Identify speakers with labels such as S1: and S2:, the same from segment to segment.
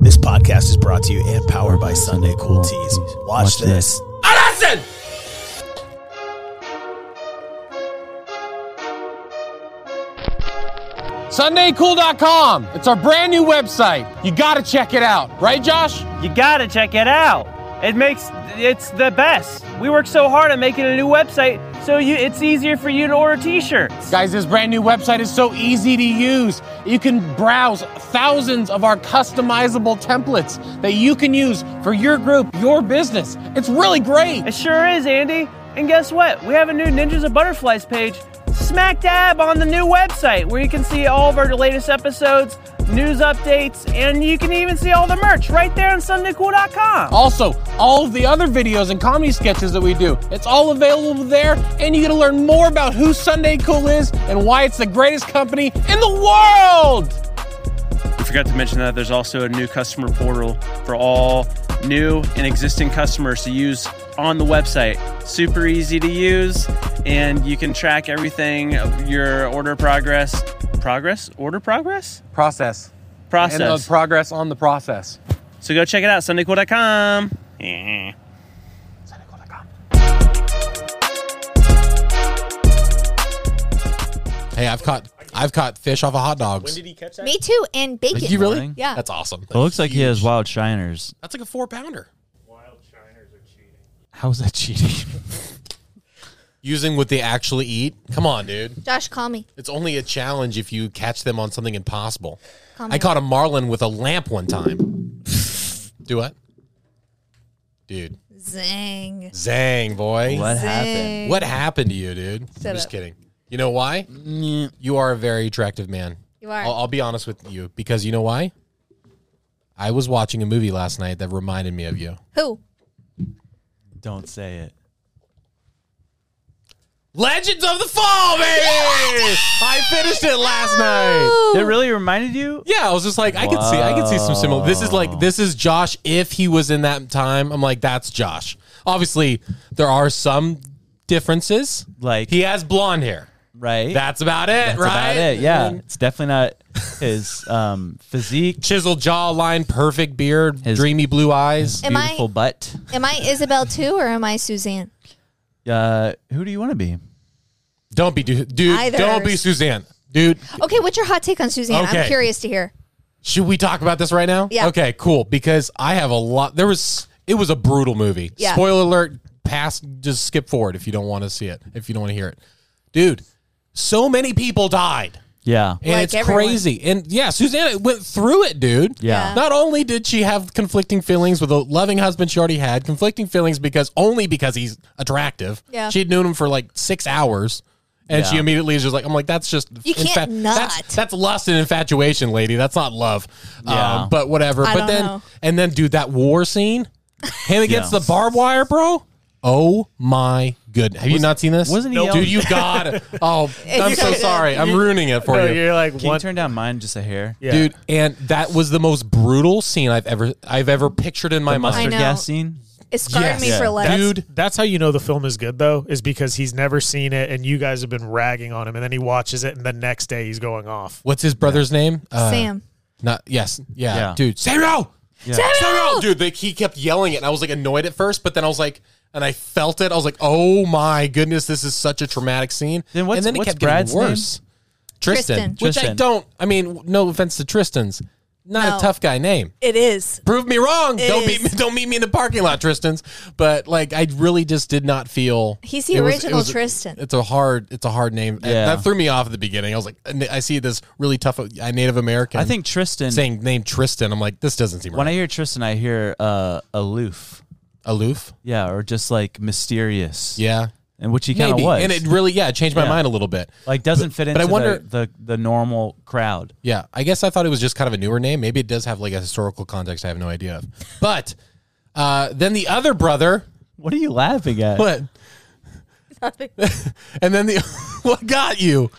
S1: This podcast is brought to you and powered by Sunday Cool Teas. Watch, this.
S2: Listen! SundayCool.com. It's our brand new website. You gotta check it out, right, Josh?
S3: You gotta check it out. It makes it's the best. We work so hard on making a new website, so you it's easier for you to order T-shirts.
S2: Guys, this brand new website is so easy to use. You can browse thousands of our customizable templates that you can use for your group, your business. It's really great.
S3: It sure is, Andy. And guess what? We have a new Ninjas of Butterflies page, smack dab on the new website, where you can see all of our latest episodes, news updates, and you can even see all the merch right there on SundayCool.com.
S2: Also, all of the other videos and comedy sketches that we do, it's all available there, and you get to learn more about who Sunday Cool is and why it's the greatest company in the world.
S4: We forgot to mention that there's also a new customer portal for all new and existing customers to use on the website. Super easy to use, and you can track everything of your order progress. Progress? Order progress?
S2: Process.
S4: Process.
S2: And the progress on the process.
S4: so go check it out, SundayCool.com. Yeah.
S5: Hey, I've caught I've caught fish off of hot dogs.
S6: Me too, and bacon.
S5: you really?
S6: Yeah.
S5: That's awesome.
S7: It looks like he has
S5: Huge.
S7: wild shiners.
S5: That's like a four pounder.
S7: How is that cheating?
S5: Using what they actually eat. Come on, dude.
S6: Josh, call me.
S5: It's only a challenge if you catch them on something impossible.
S6: Call me.
S5: I caught a marlin with a lamp one time. Do what? Dude.
S6: Zang.
S5: Zang, boy.
S7: what happened?
S5: What happened to you, dude? I'm just
S6: up.
S5: kidding. You know why?
S7: Mm.
S5: You are a very attractive man.
S6: You are.
S5: I'll, I'll be honest with you because you know why? I was watching a movie last night that reminded me of you.
S6: Who?
S7: Don't say it.
S5: Legends of the Fall, baby! I finished it last night.
S6: Oh!
S7: It really reminded you.
S5: Yeah, I was just like, I could see, I could see some similar. This is like, this is Josh. If he was in that time, I'm like, that's Josh. Obviously, there are some differences.
S7: Like-
S5: he has blonde hair.
S7: Right.
S5: That's about it,
S7: That's
S5: right?
S7: about it. Yeah.
S5: And
S7: it's definitely not his um, physique,
S5: chiseled jawline, perfect beard,
S7: His-
S5: dreamy blue eyes.
S6: Am
S7: beautiful
S6: I
S7: butt.
S6: am I Isabel too, or am I Suzanne?
S7: Uh, who do you want to be?
S5: Don't be, dude. dude
S6: Either.
S5: don't be Suzanne, dude.
S6: Okay, what's your hot take on Suzanne?
S5: Okay.
S6: I'm curious to hear.
S5: Should we talk about this right now?
S6: Yeah.
S5: Okay, cool. Because I have a lot. There was. It was a brutal movie.
S6: Yeah.
S5: Spoiler alert. Pass. Just skip forward if you don't want to see it. If you don't want to hear it, dude. So many people died,
S7: Yeah.
S5: and
S6: Like
S5: it's
S6: everyone.
S5: crazy. And yeah, Susanna went through it, dude.
S7: Yeah.
S5: Not only did she have conflicting feelings with a loving husband she already had, conflicting feelings because only because he's attractive.
S6: Yeah.
S5: She'd known him for like six hours. And she
S7: Yeah.
S5: immediately is just like, I'm like, that's just
S6: You can't not.
S5: That's, that's lust and infatuation, lady. That's not love.
S7: Yeah.
S5: Um, but whatever.
S6: I
S5: but
S6: don't
S5: then
S6: know.
S5: and then dude, that war scene. Him against
S7: Yeah.
S5: the barbed wire, bro. Oh my goodness. Have you not seen this?
S7: wasn't he
S5: Nope.
S7: yelling-
S5: Dude, you got it. Oh, I'm
S6: It's
S5: so
S6: so good.
S5: sorry. I'm ruining it for you.
S3: like
S7: Can you turn down mine just a hair? Yeah.
S5: Dude, and that was the most brutal scene I've ever I've ever pictured in my mind.
S7: Mustard
S6: know.
S7: gas scene.
S6: It scarred
S5: Yes.
S6: me
S5: Yeah.
S6: for life.
S5: Dude,
S8: That's how you know the film is good, though, is because he's never seen it, and you guys have been ragging on him, and then he watches it, and the next day he's going off.
S5: what's his brother's name? Uh,
S6: Sam.
S5: Not yes, yeah,
S7: Yeah.
S5: dude, Samuel.
S6: Samuel!
S5: Samuel, dude. They, he kept yelling it, and I was like annoyed at first, but then I was like, and I felt it. I was like, oh my goodness, this is such a traumatic scene.
S7: Then what's-
S5: and then it
S7: what's
S5: kept getting
S7: Brad's
S5: worse. Tristan,
S6: Tristan.
S5: which I
S7: Tristan.
S5: don't. I mean, no offense to Tristan's, not
S6: No.
S5: a tough guy name.
S6: It is.
S5: Prove me wrong. don't
S6: is.
S5: meet me. Don't meet me in the parking lot, Tristan's. But like, I really just did not feel
S6: He's the
S5: it was- it
S6: original
S5: was-
S6: Tristan.
S5: It's a hard. It's a hard name.
S7: Yeah.
S5: That threw me off at the beginning. I was like, I see this really tough uh, Native American.
S7: I think Tristan.
S5: saying name Tristan. I'm like, this doesn't seem
S7: When
S5: right.
S7: I hear Tristan, I hear uh, aloof.
S5: Aloof.
S7: Yeah, or just like mysterious.
S5: Yeah.
S7: and which he kind of
S5: Maybe.
S7: was,
S5: And it really, yeah, it changed my
S7: Yeah.
S5: mind a little bit.
S7: like doesn't fit into
S5: but I wonder-
S7: the, the the normal crowd.
S5: Yeah, I guess I thought it was just kind of a newer name. Maybe it does have like a historical context I have no idea of. But uh, then the other brother,
S7: What are you laughing at?
S5: what? and then the what got you?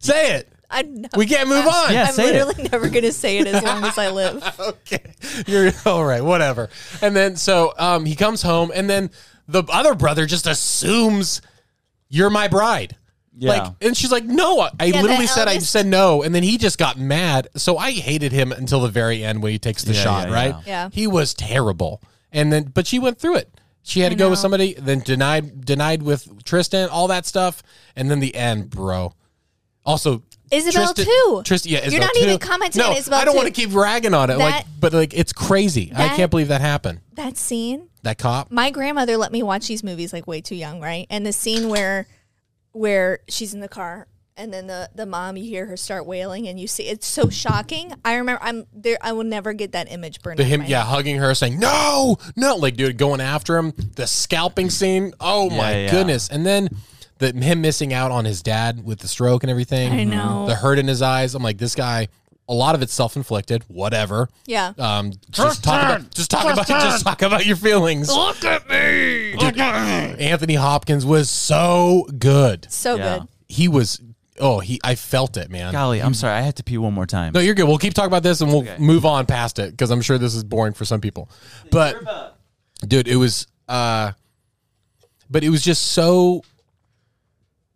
S5: Say it.
S6: I'm not,
S5: We can't move on.
S7: Yeah,
S6: I'm
S7: say it.
S6: literally never going to say it as long as I live.
S5: Okay. You're all right, whatever. And then so um, he comes home and then the other brother just assumes you're my bride.
S7: Yeah.
S5: Like and she's like, "No, I I
S6: the
S5: literally said I
S6: eldest-
S5: said no." And then he just got mad. So I hated him until the very end when he takes the
S7: Yeah,
S5: shot,
S7: yeah,
S5: right?
S7: yeah.
S6: Yeah.
S5: He was terrible. And then but she went through it. She had to go with somebody, then denied denied with Tristan, all that stuff, and then the end, bro. Also,
S6: Isabel
S5: Tristan,
S6: too.
S5: Tristan, yeah,
S6: You're
S5: Isabel
S6: not even
S5: too.
S6: commenting
S5: no,
S6: on Isabel
S5: I don't
S6: too.
S5: want to keep ragging on it, like,
S6: That-
S5: but like it's crazy. I
S6: That-
S5: can't believe that happened.
S6: That scene
S5: That cop.
S6: my grandmother let me watch these movies like way too young, right? And the scene where where she's in the car and then the, the mom you hear her start wailing and you see it's so shocking. I remember I'm there I will never get that image burned.
S5: But
S6: out of
S5: him,
S6: my
S5: yeah,
S6: head.
S5: hugging her, saying no, no, like dude, going after him. The scalping scene. Oh my
S7: yeah.
S5: goodness! And then the him missing out on his dad with the stroke and everything.
S7: Mm-hmm.
S5: I know the hurt in his eyes. I'm like, this guy. A lot of it's self inflicted. Whatever.
S6: Yeah.
S5: Um, just talk about just talk about just talk about your feelings. Look at me. Anthony Hopkins was so good.
S6: So
S7: Yeah.
S6: good.
S5: He was. Oh, he. I felt it, man.
S7: Golly, I'm sorry. I had to pee one more time.
S5: No, you're good. We'll keep talking about this and we'll move on past it because I'm sure this is boring for some people. But dude, it was uh but it was just so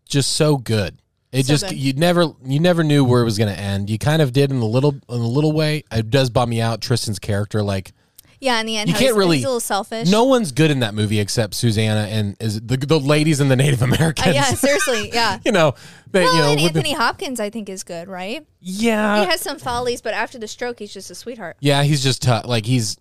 S5: just so good. It
S6: So
S5: just
S6: good.
S5: you never you never knew where it was gonna end. You kind of did in a little in a little way. It does bum me out Tristan's character. Like
S6: Yeah, in the end
S5: you
S6: how
S5: can't
S6: he's,
S5: really
S6: he's a little selfish. Uh,
S5: No one's good in that movie except Susanna and is the, the ladies and the Native
S6: Uh,
S5: Americans.
S6: yeah, seriously, yeah.
S5: you know, they
S6: Well,
S5: you know
S6: and
S5: with the- Uh,
S6: Anthony Hopkins, I think, is good, right?
S7: yeah,
S6: he has some follies, but after the stroke, he's just a sweetheart.
S5: Yeah, he's just tough. Like he's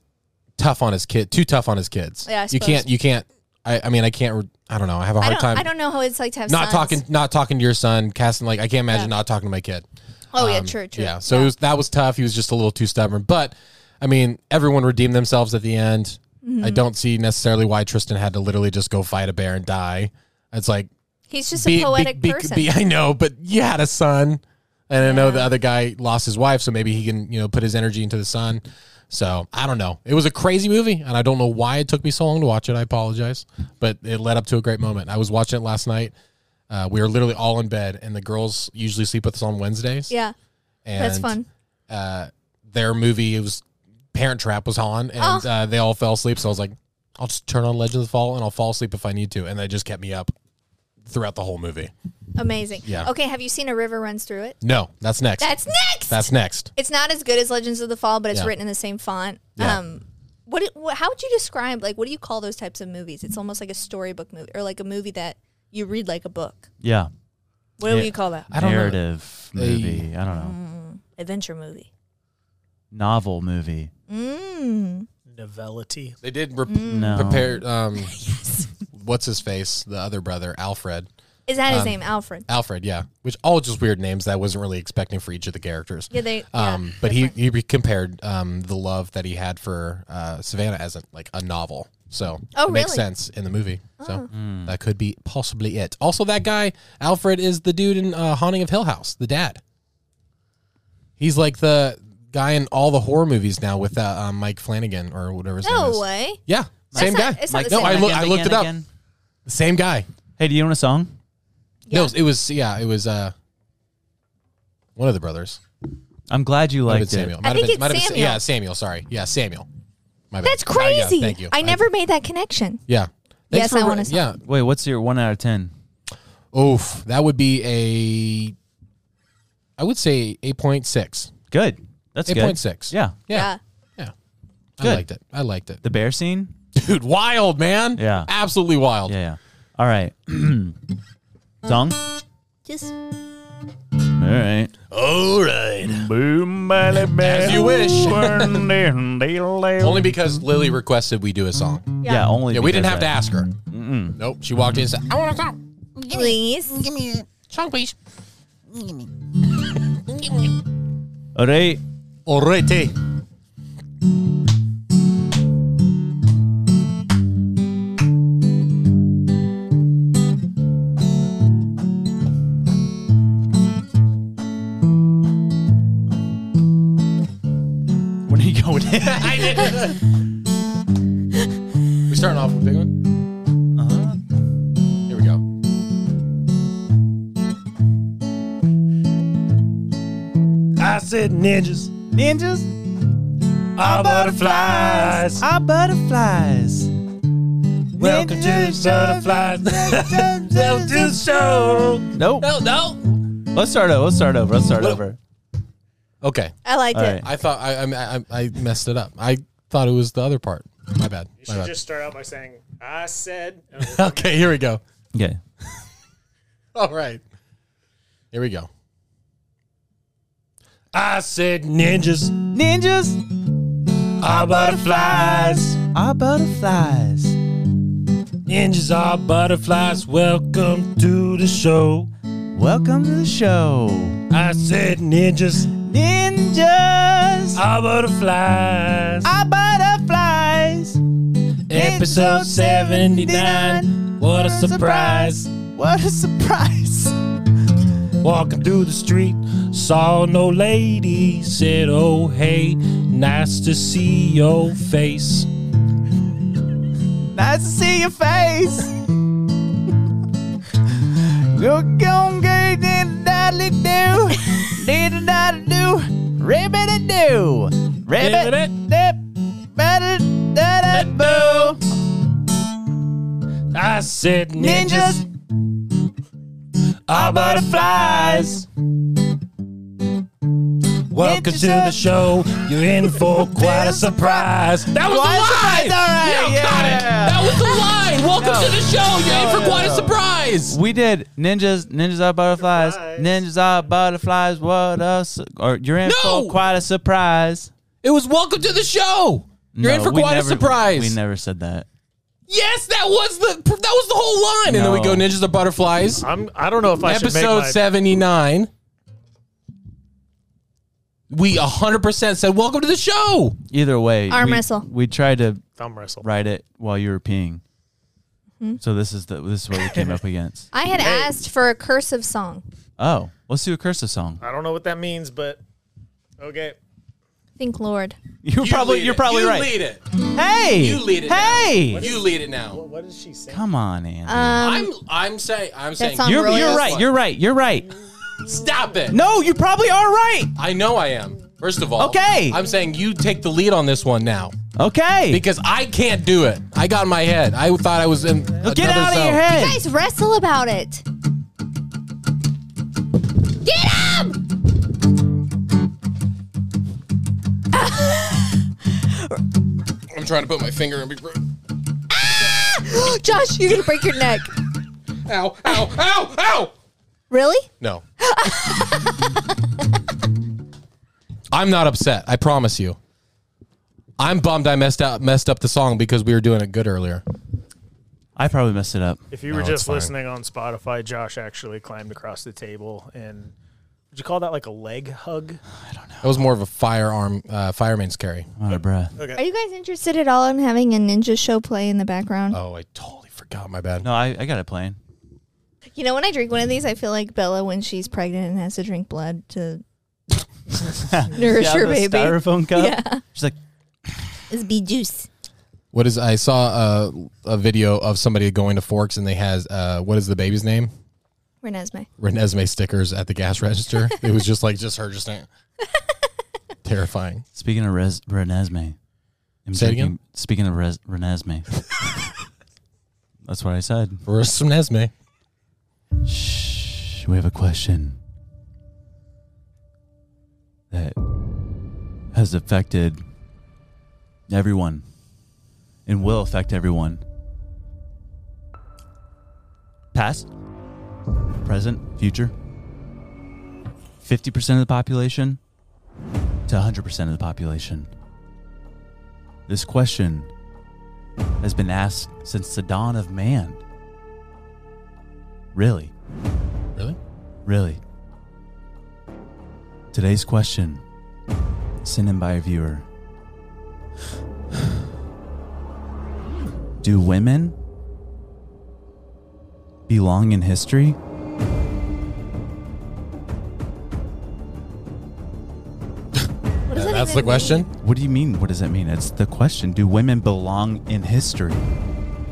S5: tough on his kid, too tough on his kids.
S6: Yeah, I
S5: you
S6: suppose.
S5: can't. You can't. I, I mean, I can't. re- I don't know. I have a
S6: I
S5: hard
S6: don't,
S5: time.
S6: I don't know how it's like to have
S5: not
S6: sons.
S5: talking. Not talking to your son, casting. Like I can't imagine not talking to my kid.
S6: Oh yeah,
S5: Um,
S6: true, true.
S5: Yeah. So It was, that was tough. He was just a little too stubborn. But I mean, everyone redeemed themselves at the end. I
S6: Mm-hmm.
S5: don't see necessarily why Tristan had to literally just go fight a bear and die. It's like
S6: he's just
S5: be-
S6: a
S5: be-
S6: poetic
S5: be-
S6: person.
S5: be- I know, but you had a son, and I know the other guy lost his wife, so maybe he can you know put his energy into the son. So I don't know. It was a crazy movie, and I don't know why it took me so long to watch it. I apologize, but it led up to a great moment. I was watching it last night. Uh, we were literally all in bed, and the girls usually sleep with us on Wednesdays.
S6: yeah,
S5: and,
S6: that's fun.
S5: Uh, their movie it was Parent Trap was on,
S6: Oh.
S5: and uh, they all fell asleep. So I was like, I'll just turn on Legend of the Fall, and I'll fall asleep if I need to, and that just kept me up throughout the whole movie.
S6: Amazing.
S5: Yeah.
S6: Okay, have you seen A River Runs Through It?
S5: No, that's next.
S6: That's next.
S5: That's next.
S6: it's not as good as Legends of the Fall, but it's
S5: Yeah.
S6: written in the same font.
S5: Yeah.
S6: Um, what, do- what? How would you describe like what do you call those types of movies? It's almost like a storybook movie or like a movie that you read like a book.
S7: yeah.
S6: What do
S7: Yeah.
S6: you call that?
S5: I don't know.
S7: Narrative movie. I don't know.
S6: Mm. Adventure movie.
S7: Novel movie.
S6: Mm.
S8: Novelity.
S5: They did rep-
S7: No.
S5: prepare. Um, What's his face? The other brother, Alfred.
S6: Is that his
S5: Um,
S6: name? Alfred.
S5: Alfred, yeah. Which all just weird names that I wasn't really expecting for each of the characters.
S6: Yeah, they.
S5: Um,
S6: yeah,
S5: but he,
S6: different.
S5: he re- compared um, the love that he had for uh, Savannah as a, like a novel. So
S6: Oh,
S5: it makes
S6: really? Oh.
S5: sense in the movie. So
S7: Hmm.
S5: that could be possibly it. Also, that guy Alfred is the dude in uh, Haunting of Hill House, the dad. He's like the guy in all the horror movies now with uh, uh, Mike Flanagan or whatever his name is.
S6: No way.
S5: Yeah,
S6: That's
S5: same
S6: not-
S5: guy.
S6: it's not
S7: Mike-
S6: the
S5: no,
S6: same.
S5: I
S6: guy.
S5: look. I looked it up.
S7: Again?
S5: Same guy.
S7: Hey, do you want a song?
S5: No,
S6: Yeah.
S5: it was yeah, it was uh, one of the brothers.
S7: I'm glad you
S5: Might have been
S7: liked
S5: Samuel.
S7: it.
S5: Might have
S6: think
S5: been-
S6: it's
S5: might have been Sa-
S6: Samuel.
S5: yeah, Samuel. Sorry. Yeah, Samuel. My bad.
S6: That's
S5: Uh, yeah,
S6: crazy.
S5: thank you.
S6: I never made that connection.
S5: yeah.
S6: Yes, I
S5: for-
S6: wanna say-
S5: Yeah.
S7: Wait, what's your one out of ten?
S5: Oof. That would be a. I would say eight point six.
S7: Good. That's
S5: Eight
S7: good.
S5: point six.
S7: Yeah.
S5: Yeah. Yeah. I
S7: Good.
S5: liked it. I liked it.
S7: The bear scene.
S5: Dude, wild man.
S7: Yeah.
S5: Absolutely wild.
S7: Yeah. yeah. All right. song.
S6: Just
S7: All right.
S1: All right.
S7: Boom, belly,
S5: As you wish.
S7: Only
S5: Only because Lily requested we do a
S6: Mm-hmm.
S5: song.
S7: yeah. only.
S5: Yeah, we didn't have to
S7: because
S5: ask her. Nope. She walked in and said, I want a song.
S6: please.
S5: Song, please.
S7: that. All right.
S5: Alrighty. I did. we starting off with a big one.
S6: Uh-huh.
S5: Here we go.
S1: I said ninjas.
S7: Ninjas?
S1: Our butterflies.
S7: Our butterflies.
S1: Welcome to the butterflies. Welcome to the show.
S7: Nope.
S5: No, no.
S7: Let's start over. Let's start over. Let's start over.
S5: Okay,
S6: I liked
S7: All
S6: it.
S7: right.
S5: I thought I, I I I messed it up. I thought it was the other part. My bad.
S8: You
S5: My
S8: should
S5: bad.
S8: just start out by saying, I said. and we'll-
S5: Okay, here we go.
S7: Okay.
S5: All right, here we go.
S1: I said ninjas.
S7: Ninjas?
S1: Our butterflies.
S7: Our butterflies.
S1: Ninjas are butterflies. Welcome to the show.
S7: Welcome to the show.
S1: I said ninjas.
S7: Ninjas!
S1: Our butterflies.
S7: Our butterflies!
S1: Episode 79. What a surprise.
S7: What a surprise!
S1: Walking through the street, saw no lady. Said, Oh, hey, nice to see your face.
S7: Nice to see your face. You're gonna get it, daddy do, did daddy do, ribbit a do, ribbit a dip, better da da boo.
S1: I said, Ninjas
S7: Ninjas,
S1: are butterflies. Welcome to the show. You're in for quite a surprise. That was
S7: Quite a
S1: a
S7: surprise,
S1: lie!
S7: all right,
S1: You got it.
S7: yeah.
S1: That was the lie!
S5: Welcome to the show. You're in for quite a
S7: no.
S5: surprise.
S7: we did ninjas, ninjas are butterflies, ninjas are butterflies. What a su- or you're in
S5: No!
S7: for quite a surprise.
S5: It was welcome to the show. You're in
S7: No,
S5: for
S7: we
S5: quite a
S7: never-
S5: surprise.
S7: We never said that.
S5: Yes, that was the that was the whole line. And then we
S7: No.
S5: go ninjas are butterflies.
S8: I'm, I don't know if I should make
S5: episode
S8: my-
S5: seventy nine. We hundred percent said welcome to the show.
S7: Either way,
S6: Arm
S7: we-
S6: wrestle.
S7: We tried to
S8: thumb wrestle.
S7: write it while you were peeing.
S6: Mm-hmm.
S7: So this is the this is what we came up against.
S6: I had asked for a cursive song.
S7: Oh, let's do a cursive song.
S8: I don't know what that means, but okay.
S6: Think, Lord.
S7: You're probably
S5: lead
S7: you're
S5: it.
S7: probably
S5: you
S7: right.
S5: Lead it.
S7: Hey,
S5: You lead it. now.
S7: Hey,
S5: you lead it now.
S8: What does she say?
S7: come on, Andy.
S6: Um,
S5: I'm I'm saying I'm saying
S6: song
S7: you're
S6: really
S7: you're
S6: is-
S7: right. You're right. You're right.
S5: stop it.
S7: No, you probably are right.
S5: I know I am. First of all,
S7: Okay.
S5: I'm saying you take the lead on this one now
S7: Okay,
S5: because I can't do it. I got in my head. I thought I was in.
S7: get
S5: another
S7: out of
S5: zone.
S7: your head.
S6: guys, wrestle about it. Get up!
S5: I'm trying to put my finger in.
S6: Ah! Josh, you're gonna break your neck.
S5: Ow! Ow! Ow! Ow!
S6: Really?
S5: No. I'm not upset. I promise you. I'm bummed I messed out messed up the song because we were doing it good earlier.
S7: I probably messed it up.
S8: If you
S5: No,
S8: were
S5: it's
S8: just
S5: fine.
S8: listening on Spotify, Josh actually climbed across the table and would you call that like a leg hug?
S5: That was more of a firearm uh, fireman's carry.
S7: I'm out of breath.
S6: Are you guys interested at all in having a ninja show play in the background?
S5: Oh, I totally forgot. My bad.
S7: No, I, I got it playing.
S6: You know, when I drink one of these, I feel like Bella when she's pregnant and has to drink blood to nourish her
S7: the
S6: baby.
S7: styrofoam cup.
S6: Yeah.
S7: She's like,
S6: It's be juice.
S5: What is? I saw a, a video of somebody going to Forks and they has uh, what is the baby's name?
S6: Renesmee.
S5: Renesmee stickers at the gas register. it was just like just her just saying. terrifying.
S7: speaking of res- Renesmee. I'm
S5: Say it
S7: drinking-
S5: again?
S7: Speaking of res- Renesmee. That's what I said.
S5: Renesmee.
S7: Shh, we have a question that has affected everyone and will affect everyone. Past, present, future. 50% of the population to 100% of the population. This question has been asked since the dawn of man. Really?
S5: Really?
S7: Really? Today's question, sent in by a viewer Do women belong in history?
S6: What does
S5: Yeah,
S6: that,
S5: That's
S6: even
S5: the question.
S6: mean?
S7: What do you mean? What does that mean? It's the question. Do women belong in history?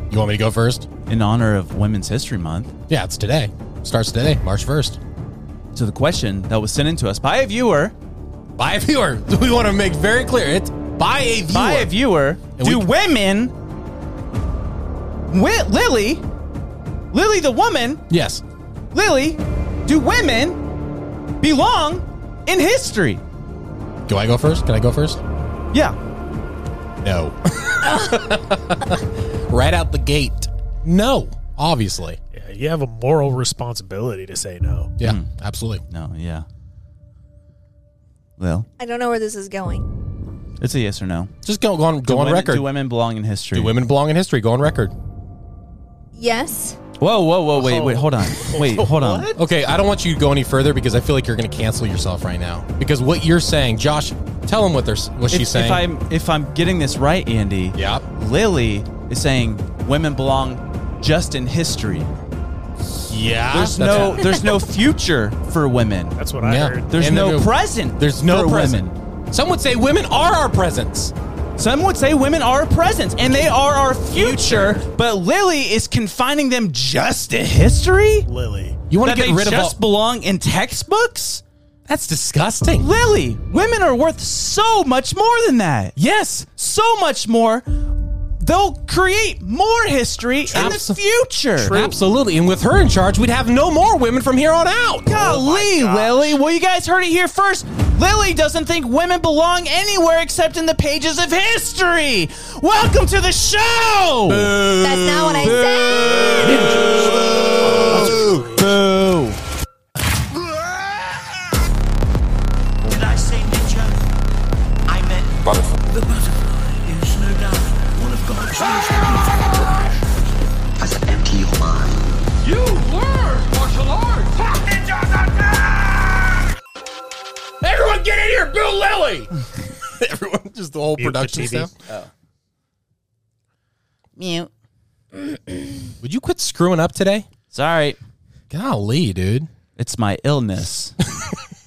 S5: You want me to go first?
S7: In honor of Women's History Month.
S5: Yeah, it's today. Starts today, March 1st.
S7: So the question that was sent in to us by a viewer,
S5: By a viewer. We want to make very clear it's by a viewer.
S7: by a viewer,
S5: And
S7: do
S5: we-
S7: women, wi- Lily, Lily the woman,
S5: Yes.
S7: Lily, do women belong in history?
S5: Do I go first? Can I go first?
S7: Yeah.
S5: No. right out the gate. No, obviously.
S8: Yeah, you have a moral responsibility to say no.
S5: Yeah,
S7: Mm-hmm.
S5: absolutely.
S7: No. Yeah. Well,
S6: I don't know where this is going.
S7: it's a yes or no.
S5: Just go, go on,
S7: do
S5: go on
S7: women,
S5: record.
S7: Do women belong in history?
S5: Do women belong in history? Go on record.
S6: Yes.
S7: Whoa, whoa, whoa! Wait, wait, hold on. Wait, hold on.
S5: Okay, I don't want you to go any further because I feel like you're going to cancel yourself right now. Because what you're saying, Josh, tell them what they're s- what
S7: If,
S5: she's saying.
S7: if I'm if I'm getting this right, Andy.
S5: Yep.
S7: Lily is saying women belong just in history.
S5: yeah,
S7: There's
S5: that's
S7: no
S5: it.
S7: there's no future for women.
S8: That's what I
S5: Yeah.
S8: heard.
S7: There's
S5: And
S7: no
S5: there-
S7: present.
S5: There's no
S7: for
S5: present.
S7: Women.
S5: Some would say women are our presents.
S7: Some would say women are our present and they are our future, but Lily is confining them just to history.
S8: Lily.
S5: You want
S7: That
S5: to get
S7: they
S5: rid of all?
S7: just belong in textbooks.
S5: that's disgusting.
S7: Lily, women are worth so much more than that.
S5: yes,
S7: so much more. They'll create more history in the
S5: Abso-
S7: future.
S5: absolutely. And with her in charge, we'd have no more women from here on out.
S7: Golly, Lily. Well, you guys heard it here first. Lily doesn't think women belong anywhere except in the pages of history. Welcome to the show.
S6: That's not what I said.
S7: Boo.
S9: Did I say ninja? I meant butterfly. The butterfly is no doubt one of God's most beautiful creations. As an empty your mind. You learn martial arts. Fuck ninjas
S1: Everyone get in here, Bill Lilly!
S5: Everyone, just the whole
S8: Mute the
S5: production
S8: TV.
S5: stuff. Would you quit screwing up today?
S7: Sorry,
S5: Golly, dude.
S7: it's my illness.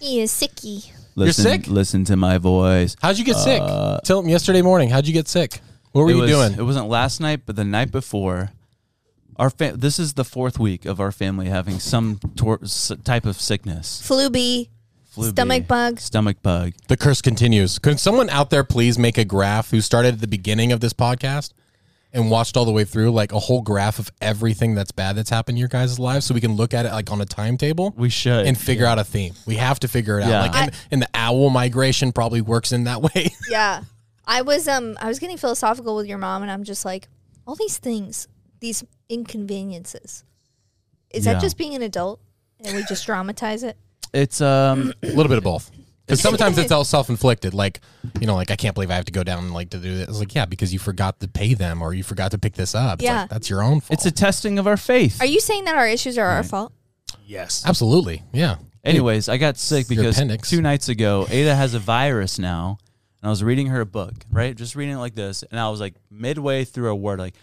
S6: Yeah, sicky.
S7: Listen,
S5: sick?
S7: Listen to my voice.
S5: How'd you get sick? Tell them yesterday morning. How'd you get sick? What were
S7: it
S5: you
S7: was,
S5: doing?
S7: It wasn't last night, but the night before. Our fa- this is the fourth week of our family having some tor- s- type of sickness.
S6: Flu B.
S7: Flu B,
S6: Stomach bug.
S7: Stomach bug.
S5: The curse continues. Could someone out there please make a graph who started at the beginning of this podcast and watched all the way through, like a whole graph of everything that's bad that's happened in your guys' lives, so we can look at it like on a timetable
S7: We should.
S5: and figure out a theme. We have to figure it
S7: Yeah.
S5: out. Like, and, and the owl migration probably works in that way.
S6: Yeah. I was um I was getting philosophical with your mom and I'm just like, all these things, these inconveniences. Is
S7: Yeah.
S6: that just being an adult and we just dramatize it?
S7: It's um.
S5: a little bit of both. Because sometimes it's all self-inflicted, like you know, like I can't believe I have to go down and like to do this. It's like yeah, because you forgot to pay them or you forgot to pick this up. It's
S6: Yeah.
S5: like, that's your own fault.
S7: It's a testing of our faith.
S6: Are you saying that our issues are our fault?
S8: Yes.
S5: absolutely yeah.
S7: Anyways, I got sick
S5: Your
S7: because
S5: appendix.
S7: two nights ago, Ada has a virus now, and I was reading her a book, right? Just reading it like this, and I was like midway through a word, like,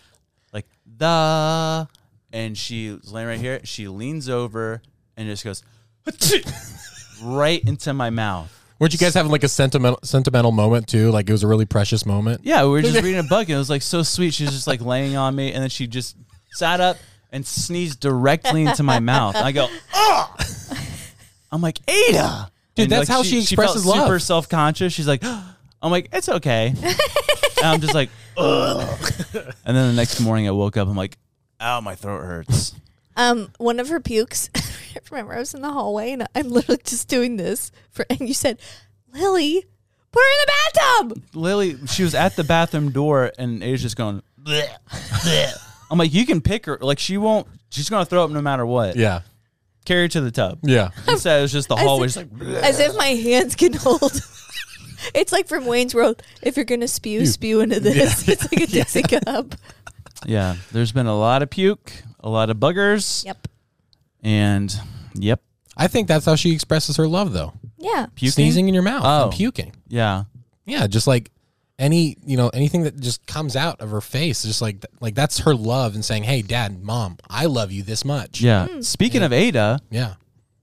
S7: like the, and she's laying right here. She leans over and just goes, right into my mouth.
S5: Weren't you guys having like a sentimental sentimental moment too? Like it was a really precious moment.
S7: Yeah, we were just reading a book, and it was like so sweet. She was just like laying on me, and then she just sat up and sneezed directly into my mouth. And I go, oh! I'm like, Ada!
S5: Dude, that's how she expresses
S7: she felt super
S5: love.
S7: self conscious. She's like, "Ah!" I'm like, it's okay. and I'm just like, ugh. And then the next morning I woke up, I'm like, ow, my throat hurts.
S6: Um, one of her pukes. I remember I was in the hallway and I'm literally just doing this for, and you said, "Lily, put her in the bathtub."
S7: Lily, she was at the bathroom door, and Ada's just going, bleh, bleh. I'm like, you can pick her. Like, she won't, she's going to throw up no matter what.
S5: Yeah,
S7: Carry her to the tub.
S5: yeah.
S7: Instead, it was just the
S6: As
S7: hallway.
S6: if-
S7: Just like,
S6: As if my hands can hold. it's like from Wayne's World. If you're gonna spew, spew into this. It's like a Dixie cup.
S7: Yeah, there's been a lot of puke, a lot of buggers,
S6: Yep.
S7: and yep,
S5: I think that's how she expresses her love, though.
S6: Yeah.
S7: puking.
S5: Sneezing in your mouth
S7: Oh.
S5: and puking.
S7: Yeah,
S5: Yeah, just like any you know anything that just comes out of her face, just like like that's her love and saying, "Hey, Dad, Mom, I love you this much."
S7: yeah. Speaking of Ada,
S5: yeah.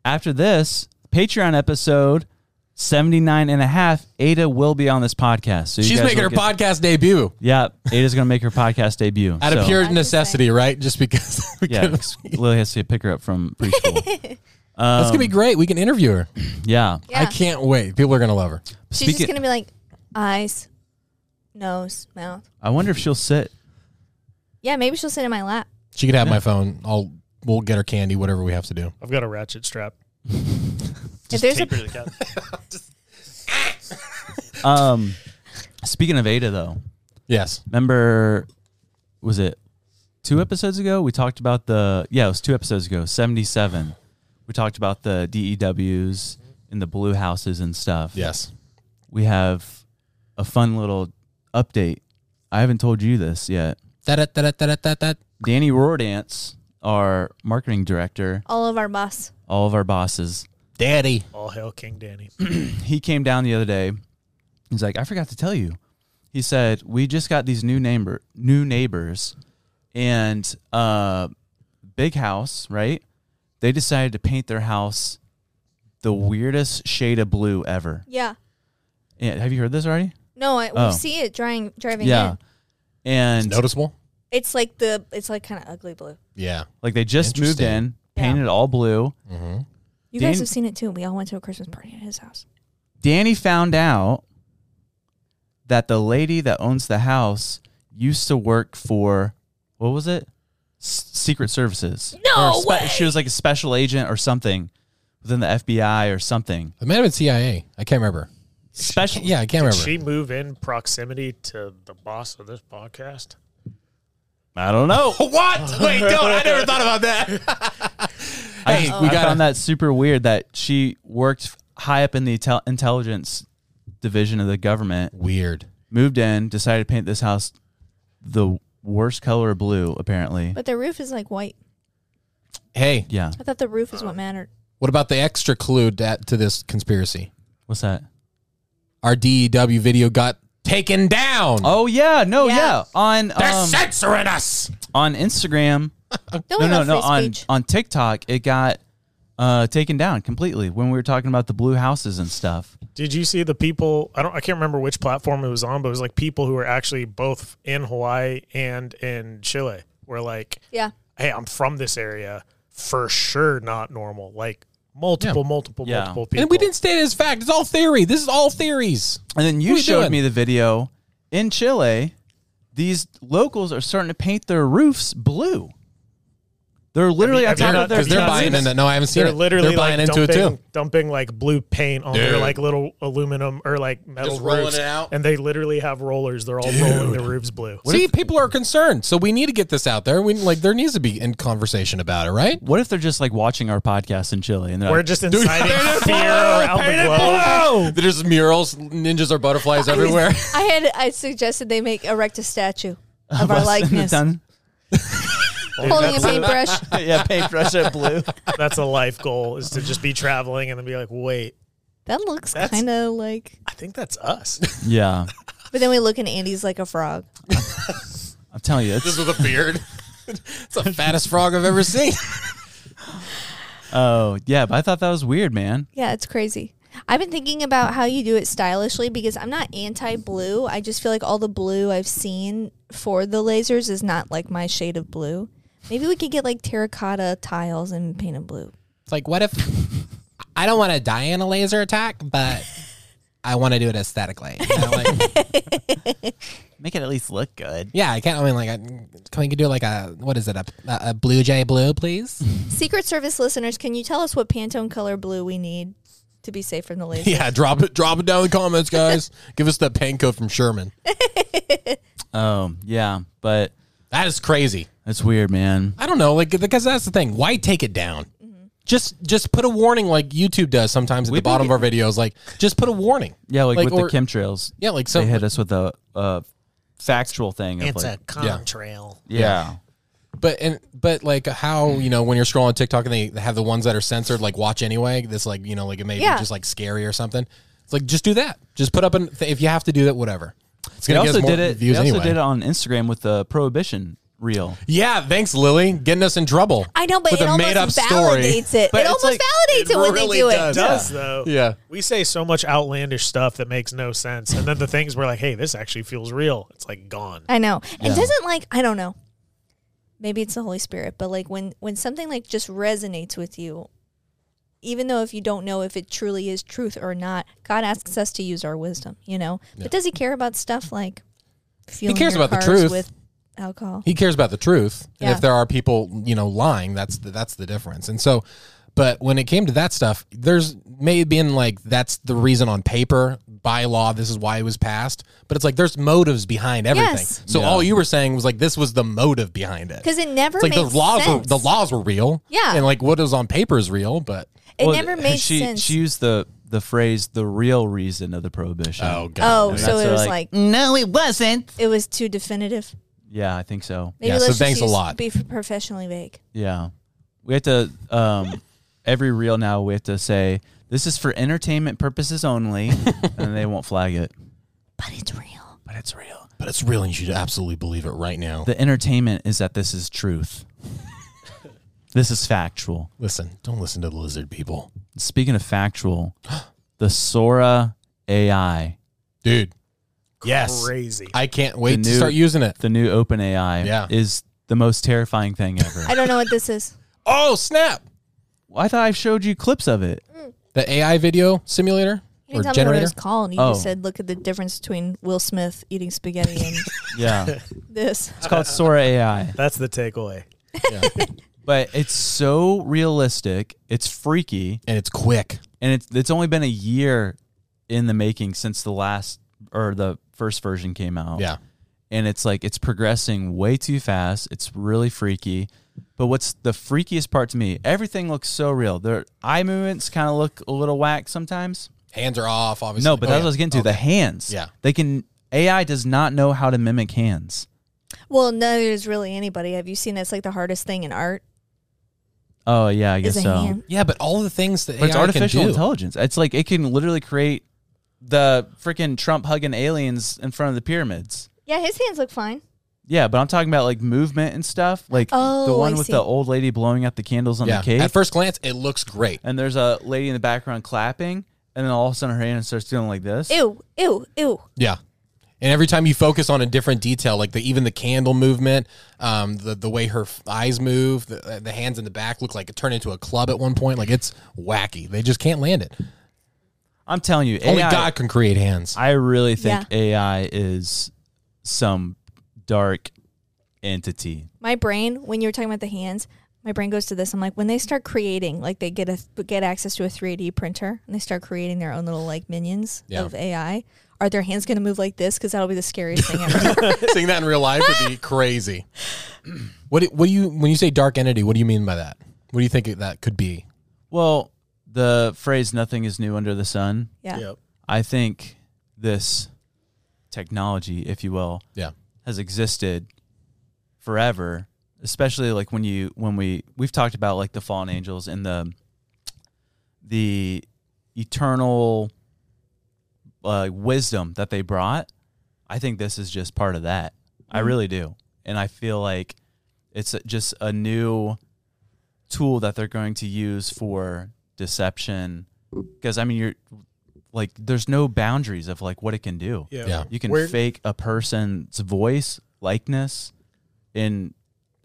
S7: after this Patreon episode 79 and a half, Ada will be on this podcast. So you
S5: She's
S7: guys
S5: making her
S7: will get-
S5: podcast debut
S7: Yeah, Ada's going to make her podcast debut.
S5: out
S7: so,
S5: of pure
S6: That's
S5: necessity, right? Just because. We
S7: Yeah,
S5: couldn't-
S7: Lily has to pick her up from preschool. Um,
S5: That's gonna be great. We can interview her.
S7: Yeah.
S6: Yeah.
S5: I can't wait. People are gonna love her.
S6: She's
S7: Speaking-
S6: just gonna be like eyes, nose, mouth.
S7: I wonder if she'll sit.
S6: Yeah, maybe she'll sit in my lap.
S5: She could have my phone. I'll we'll get her candy, whatever we have to do.
S8: I've got a ratchet strap.
S6: If there's a
S8: Tape her to the couch.
S7: Um, speaking of Ada, though,
S5: Yes.
S7: remember, was it two episodes ago? We talked about the, yeah, it was two episodes ago, 77. We talked about the DEWs and the blue houses and stuff.
S5: Yes.
S7: We have a fun little update. I haven't told you this yet.
S5: That that that that that.
S7: Danny Roardance, our marketing director,
S6: all of our boss.
S7: all of our bosses,
S5: Daddy.
S8: All hail King Danny.
S7: he came down the other day. He's like, I forgot to tell you. He said, We just got these new neighbor new neighbors and uh big house, right? They decided to paint their house the weirdest shade of blue ever.
S6: Yeah.
S7: And have you heard this already?
S6: No, I, we
S7: Oh.
S6: see it drying, driving
S7: yeah.
S6: in.
S7: And
S5: Noticeable.
S6: It's like the it's like kind of ugly blue.
S5: Yeah.
S7: like they just moved in,
S5: Interesting.
S7: painted all blue.
S6: You
S7: Dan-
S6: guys have seen it too. We all went to a Christmas party at his house.
S7: Danny found out that the lady that owns the house used to work for what was it? S- Secret Services.
S6: No
S7: Or spe- She was like a special agent or something within the FBI or something.
S5: It might have been CIA. I can't remember.
S7: Special.
S5: Yeah, I can't
S8: Did
S5: remember.
S8: she move in proximity to the boss of this podcast?
S7: I don't know.
S5: what? Wait, don't. I never thought about that.
S7: I,
S5: Hey,
S7: just-
S5: we
S7: I
S5: gotta-
S7: found that super weird that she worked f- high up in the intel- intelligence division of the government,
S5: Weird.
S7: moved in, decided to paint this house the worst color of blue, apparently.
S6: But the roof is like white.
S5: Hey,
S7: Yeah.
S6: I thought the roof is what mattered.
S5: what about the extra clue that, to this conspiracy?
S7: What's that?
S5: Our DEW video got taken down.
S7: Oh yeah, no, yeah.
S6: Yeah.
S7: On
S5: They're
S7: um,
S5: censoring us.
S7: on Instagram,
S6: Don't
S7: no,
S6: we
S7: no,
S6: love
S7: no.
S6: free
S7: On
S6: speech?
S7: on TikTok, it got uh, taken down completely when we were talking about the blue houses and stuff.
S8: Did you see the people? I don't. I can't remember which platform it was on, but it was like people who were actually both in Hawaii and in Chile were like,
S6: yeah.
S8: "Hey, I'm from this area. For sure, not normal. Like multiple, multiple,
S7: Yeah.
S8: multiple people.
S5: And we didn't state it as fact. It's all theory. This is all theories.
S7: And then you
S5: What are you
S7: showed
S5: doing?
S7: me the video in Chile. These locals are starting to paint their roofs blue. They're literally
S8: have you
S7: on top
S8: not-
S7: of their
S8: 'cause
S5: Because they're
S8: Because
S5: buying
S8: it's-
S5: into. No, I haven't seen
S8: They're
S5: it.
S8: literally
S5: they're buying
S8: like
S5: into
S8: dumping,
S5: it too.
S8: dumping like blue paint on their
S5: Dude.
S8: like little aluminum or like metal
S5: Just rolling
S8: roofs,
S5: it out.
S8: and they literally have rollers. They're all rolling their roofs blue.
S5: See, people are concerned, so we need to get this out there. We like there needs to be in conversation about it, right?
S7: What if they're just like watching our podcast in Chile and they're
S8: We're
S7: like,
S8: just inciting fear around the globe.
S5: Oh, there's murals, ninjas are butterflies everywhere.
S6: I had I suggested they make erect a statue of our
S7: "Us in the
S6: likeness,
S7: sun."
S6: holding a paintbrush.
S7: yeah, paintbrush at blue.
S8: That's a life goal is to just be traveling and then be like, wait,
S6: That looks kind of like.
S8: I think that's us.
S7: Yeah,
S6: But then we look and Andy's like a frog.
S7: I'm telling you, it's,
S5: with a beard. it's the fattest frog I've ever seen.
S7: oh yeah. But I thought that was weird, man.
S6: Yeah, it's crazy. I've been thinking about how you do it stylishly because I'm not anti blue. I just feel like all the blue I've seen for the lasers is not like my shade of blue. Maybe we could get like terracotta tiles and paint them blue.
S5: It's like, what if I don't want to die in a laser attack, but I want to do it aesthetically? You know, like,
S7: Make it at least look good.
S5: yeah, I can't. I mean, like, I, can we do like a what is it? A, a blue jay blue, please?
S6: Secret Service listeners, can you tell us what Pantone color blue we need to be safe from the laser?
S5: Yeah, drop it. Drop it down in the comments, guys. Give us the panko from Sherman.
S7: Oh yeah, but
S5: That is crazy.
S7: it's weird, man.
S5: I don't know, like because that's the thing. Why take it down? Just just put a warning like YouTube does sometimes at the bottom of our videos. Like just put a warning.
S7: Yeah, like, with
S5: or-
S7: the chemtrails.
S5: Yeah, like
S7: they
S5: some
S7: hit us with a uh, factual thing. Of like,
S8: contrail.
S7: yeah,
S5: but and but like how you know when you're scrolling TikTok and they have the ones that are censored like watch anyway. This like you know like it may
S6: Yeah.
S5: be just like scary or something. It's like just do that. Just put up an if you have to do that, whatever. It's
S7: They
S5: gonna get
S7: also
S5: us more
S7: did it. They
S5: views
S7: also
S5: anyway.
S7: did it on Instagram with the prohibition real.
S5: Yeah, thanks, Lily, getting us in trouble.
S6: I know, but
S5: With
S6: it
S5: a
S6: almost
S5: made-up story.
S6: validates it.
S5: But
S6: it
S5: it's
S6: almost
S5: like-
S6: validates it,
S5: it
S6: when
S5: really
S6: they do
S5: does.
S6: it.
S8: does though.
S5: Yeah.
S8: We say so much outlandish stuff that makes no sense. And then the things we're like, hey, this actually feels real. It's like gone.
S6: I know.
S5: Yeah.
S6: And doesn't like I don't know. Maybe it's the Holy Spirit, but like when when something like just resonates with you, even though if you don't know if it truly is truth or not, God asks us to use our wisdom, you know. But does He care about stuff like? Fueling
S5: cares
S6: your
S5: about the
S6: cars
S5: truth.
S6: with alcohol.
S5: He cares about the truth, and
S6: Yeah.
S5: if there are people, you know, lying, that's the, that's the difference. And so, but when it came to that stuff, there's may have been like that's the reason on paper by law this is why it was passed, but it's like there's motives behind everything.
S6: Yes.
S5: So all you were saying was like this was the motive behind it.
S6: Because it never
S5: It's like the
S6: made
S5: laws were
S6: sense.
S5: the laws were real,
S6: Yeah.
S5: and like what is on paper is real, but
S6: It
S7: Well,
S6: never made
S7: she,
S6: sense.
S7: She used the the phrase "the real reason of the prohibition."
S6: oh, so
S7: That's
S6: it was
S7: like-
S6: like,
S7: no, it wasn't.
S6: it was too definitive.
S7: Yeah, I think so.
S6: Maybe
S5: Yeah,
S6: let's
S5: so
S6: just
S5: thanks a
S6: use-
S5: lot.
S6: Be professionally vague.
S7: Yeah, we have to um, every reel now. We have to say this is for entertainment purposes only, and they won't flag it.
S6: But it's real.
S7: But it's real.
S5: but it's real, and you should absolutely believe it right now.
S7: The entertainment is that this is truth. this is factual.
S5: Listen, don't listen to the lizard people,
S7: Speaking of factual, the Sora AI,
S5: dude. Yes,
S8: Crazy.
S5: I can't wait
S7: The
S5: to
S7: new-
S5: start using it.
S7: the new Open AI,
S5: Yeah.
S7: is the most terrifying thing ever.
S6: I don't know what this is.
S5: Oh snap!
S7: I thought I showed you clips of it.
S5: The AI video simulator
S6: You
S5: or
S6: didn't tell me what it
S5: generator?
S6: was called. You
S7: Oh.
S6: just said, look at the difference between Will Smith eating spaghetti and
S7: Yeah.
S6: this.
S7: It's called Sora AI.
S8: That's the takeaway.
S7: But it's so realistic, it's freaky,
S5: And it's quick.
S7: and it's it's only been a year in the making since the last or the first version came out.
S5: Yeah.
S7: And it's like it's progressing way too fast. It's really freaky. But what's the freakiest part to me? Everything looks so real. Their eye movements kind of look a little whack sometimes.
S5: Hands are off, obviously.
S7: No, but
S5: Oh,
S7: that's
S5: yeah.
S7: what I was getting to. The hands.
S5: Yeah.
S7: They can AI does not know how to mimic hands.
S6: Well, neither is really anybody. Have you seen that's like the hardest thing in art?
S7: Oh yeah, I guess
S6: Is a
S7: so.
S6: hand.
S5: Yeah, but all the things that
S7: But it's
S5: AI
S7: artificial
S5: can do.
S7: intelligence. It's like it can literally create the freaking Trump hugging aliens in front of the pyramids.
S6: Yeah, his hands look fine.
S7: Yeah, but I'm talking about like movement and stuff. Like the
S6: Oh,
S7: one
S6: I
S7: with
S6: see.
S7: the old lady blowing out the candles on
S5: yeah.
S7: the cake.
S5: At first glance, it looks great.
S7: and there's a lady in the background clapping, and then all of a sudden her hand starts doing like this.
S6: Ew, ew, ew.
S5: Yeah. And every time you focus on a different detail, like the even the candle movement, um, the the way her f- eyes move, the, the hands in the back look like it turned into a club at one point. Like it's wacky. They just can't land it.
S7: I'm telling you,
S5: Only
S7: AI,
S5: Oh God can create hands.
S7: I really think AI is some dark entity.
S6: My brain, when you were talking about the hands, my brain goes to this. I'm like, when they start creating, like they get a get access to a 3D printer and they start creating their own little like minions
S5: Yeah.
S6: of AI. Are their hands going to move like this? Because that'll be the scariest thing ever.
S5: Seeing that in real life would be crazy. What do, what do you when you say dark entity? What do you mean by that? What do you think that could be?
S7: Well, the phrase "nothing is new under the sun."
S6: Yeah.
S7: I think this technology, if you will,
S5: Yeah.
S7: has existed forever. Especially like when you when we we've talked about like the fallen angels and the the eternal uh, wisdom that they brought. I think this is just part of that. I really do, and I feel like it's just a new tool that they're going to use for deception. Because I mean, you're like, there's no boundaries of like what it can do.
S5: Yeah.
S7: You can
S8: Uh, Where-
S7: fake a person's voice, likeness, in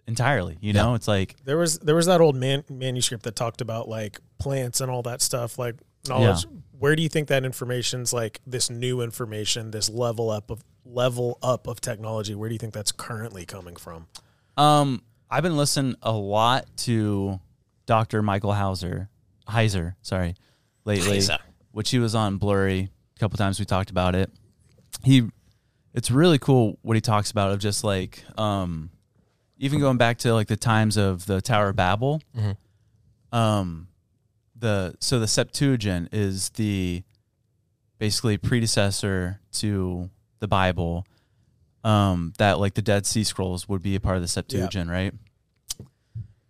S7: entirely. You know, it's like
S8: There was there was that old man, manuscript that talked about like plants and all that stuff, like knowledge. Where do you think that information's like this new information, this level up of level up of technology? Where do you think that's currently coming from?
S7: Um, I've been listening a lot to Dr. Michael Hauser, Heiser, sorry, lately, which he was on Blurry a couple times. We talked about it. He, it's really cool what he talks about of just like, um, even going back to like the times of the Tower of Babel. Um, the so the Septuagint is the basically predecessor to the Bible um, that like the Dead Sea Scrolls would be a part of the Septuagint, right?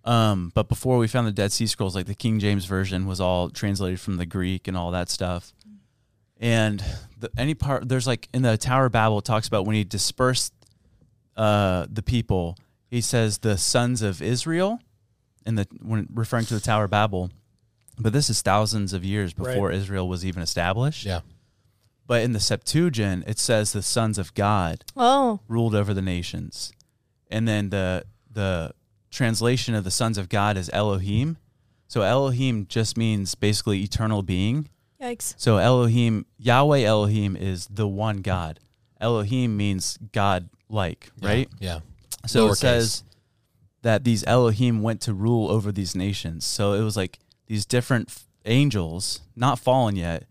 S7: Um, but before we found the Dead Sea Scrolls, like the King James version was all translated from the Greek and all that stuff. And the, any part there's like in the Tower of Babel it talks about when he dispersed uh, the people, he says the sons of Israel, in the when referring to the Tower of Babel, but this is thousands of years before Israel was even established.
S5: Yeah.
S7: But in the Septuagint, it says the sons of God
S6: Oh,
S7: ruled over the nations, and then the the translation of the sons of God is Elohim. So Elohim just means basically eternal being.
S6: yikes.
S7: So Elohim, Yahweh Elohim is the one God. Elohim means God like, right?
S5: Yeah.
S7: So
S5: Lowercase.
S7: it says that these Elohim went to rule over these nations. So it was like these different f- angels, not fallen yet,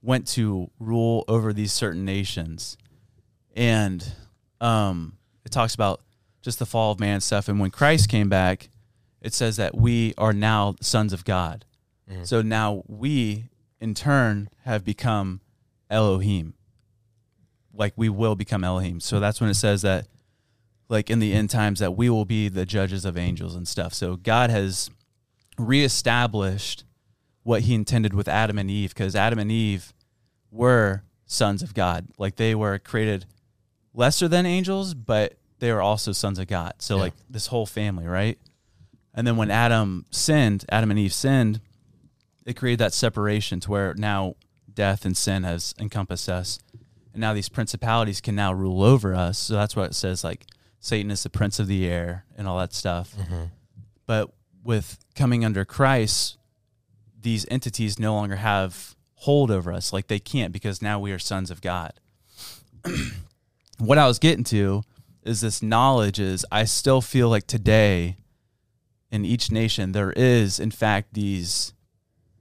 S7: went to rule over these certain nations. And um, it talks about just the fall of man stuff. And when Christ came back, it says that we are now sons of God. So now we, in turn, have become Elohim. Like we will become Elohim. So that's when it says that like in the end times that we will be the judges of angels and stuff. So God has reestablished what he intended with Adam and Eve because Adam and Eve were sons of God. Like they were created lesser than angels, but they were also sons of God. So like this whole family, right? And then when Adam sinned, Adam and Eve sinned, it created that separation to where now death and sin has encompassed us. And now these principalities can now rule over us. So that's why it says like Satan is the prince of the air and all that stuff. But with coming under Christ, these entities no longer have hold over us. Like they can't because now we are sons of God. what I was getting to is this knowledge is I still feel like today in each nation there is in fact these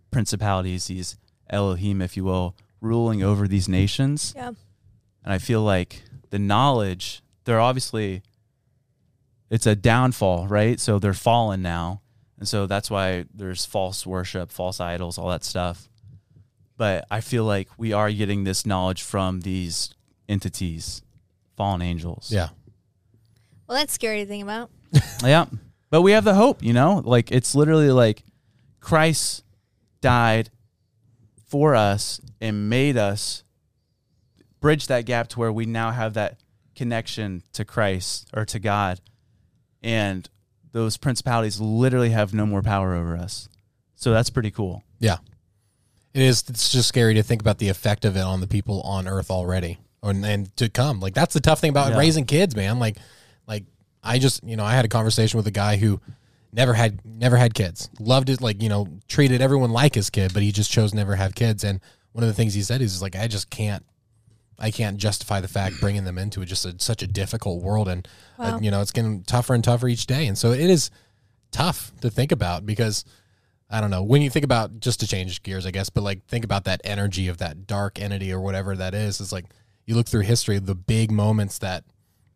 S7: principalities, these Elohim, if you will, ruling over these nations.
S6: Yeah.
S7: And I feel like the knowledge, they're obviously, it's a downfall, right? So they're fallen now. And so that's why there's false worship, false idols, all that stuff. But I feel like we are getting this knowledge from these entities, fallen angels.
S5: Yeah.
S6: Well, that's scary to think about.
S7: Yeah. But we have the hope, you know? Like it's literally like Christ died for us and made us bridge that gap to where we now have that connection to Christ or to God. And those principalities literally have no more power over us. So that's pretty cool.
S5: Yeah. It is. It's just scary to think about the effect of it on the people on Earth already, and, and to come. Like that's the tough thing about
S7: Yeah.
S5: raising kids, man. Like, like I just, you know, I had a conversation with a guy who never had never had kids, loved it, like you know, treated everyone like his kid, but he just chose never have kids. And one of the things he said is, is like, I just can't. I can't justify the fact bringing them into just a, such a difficult world, and uh, you know it's getting tougher and tougher each day. And so it is tough to think about because I don't know. When you think about just to change gears, I guess, but like think about that energy of that dark entity or whatever that is. It's like you look through history, the big moments that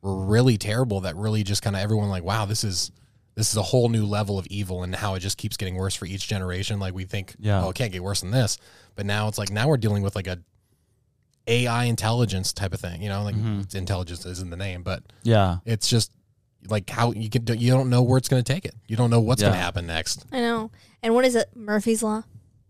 S5: were really terrible, that really just kind of everyone like, wow, this is this is a whole new level of evil, and how it just keeps getting worse for each generation. Like we think,
S7: Yeah.
S5: oh, it can't get worse than this, but now it's like now we're dealing with like a AI intelligence type of thing. You know, like it's intelligence isn't the name, but
S7: Yeah.
S5: it's just like how you can you don't know where it's going to take it. You don't know what's
S7: Yeah.
S5: going to happen next.
S6: I know. And what is it? Murphy's Law?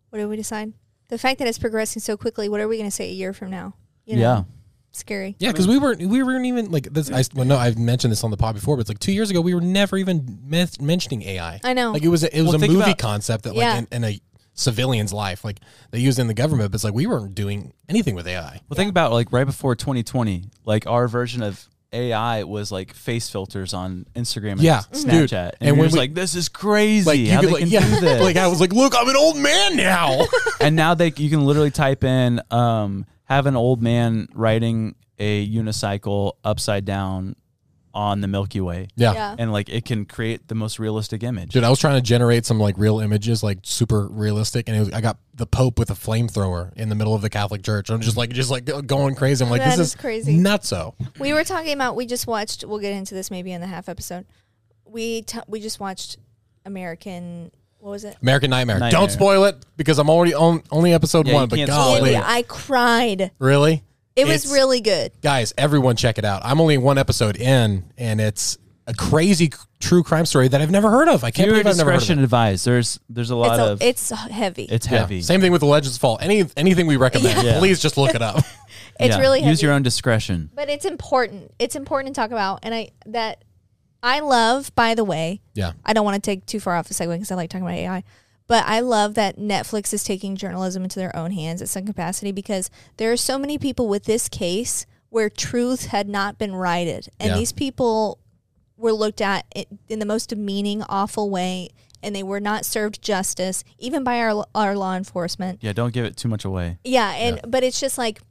S6: What did we decide? The fact that it's progressing so quickly, what are we going to say a year from now? You know?
S7: Yeah.
S6: Scary.
S5: Yeah, because we weren't we weren't even like this. I well, no, I've mentioned this on the pod before, but it's like two years ago we were never even men- mentioning AI.
S6: I know.
S5: Like it was a, it was
S7: Well,
S5: a
S7: think
S5: movie
S7: about-
S5: concept that
S6: Yeah.
S5: like in, in a civilian's life, like they used in the government, but it's like we weren't doing anything with AI.
S7: Well, think about like right before 2020, like our version of AI was like face filters on Instagram and
S5: Yeah,
S7: Snapchat.
S5: dude.
S7: And, we
S5: And when
S7: was
S5: we-
S7: like, this is crazy.
S5: Like
S7: how
S5: could
S7: they
S5: like
S7: can do
S5: yeah,
S7: this.
S5: like I was like, look, I'm an old man now.
S7: and now they you can literally type in um, have an old man riding a unicycle upside down on the Milky Way.
S5: yeah.
S6: Yeah.
S7: And like it can create the most realistic image.
S5: dude, I was trying to generate some like real images, like super realistic, and it was, I got the Pope with a flamethrower in the middle of the Catholic Church. I'm just like just like going crazy. I'm like,
S6: That
S5: this
S6: is crazy.
S5: Nutso.
S6: We were talking about, we just watched, we'll get into this maybe in the half episode. We, t- we just watched American, what was it?
S5: American Nightmare.
S7: Nightmare.
S5: Don't spoil it because I'm already on only episode
S7: Yeah, you
S5: one. But
S7: can't spoil
S5: golly,
S6: Yeah, I cried.
S5: really?
S6: It was
S5: It's-
S6: really good.
S5: guys. Everyone, check it out. I'm only one episode in, and it's a crazy c- true crime story that I've never heard of. I can't
S7: Viewer
S5: believe I've never heard of.
S7: discretion
S5: It.
S7: advised. There's there's a lot
S6: It's, a-
S7: of
S6: it's heavy.
S7: it's
S5: Yeah.
S7: heavy.
S5: Same thing with the Legends of Fall. Any anything we recommend,
S7: Yeah.
S5: please just look it up.
S6: it's
S7: Yeah.
S6: really heavy.
S7: use your own discretion.
S6: but it's important. It's important to talk about, and I that I love, by the way,
S5: Yeah.
S6: I don't want to take too far off a segue because I like talking about AI. But I love that Netflix is taking journalism into their own hands at some capacity because there are so many people with this case where truth had not been righted. And
S5: Yeah.
S6: these people were looked at i- in the most demeaning, awful way, and they were not served justice, even by our, our law enforcement.
S7: Yeah, don't give it too much away.
S6: Yeah, and but it's just like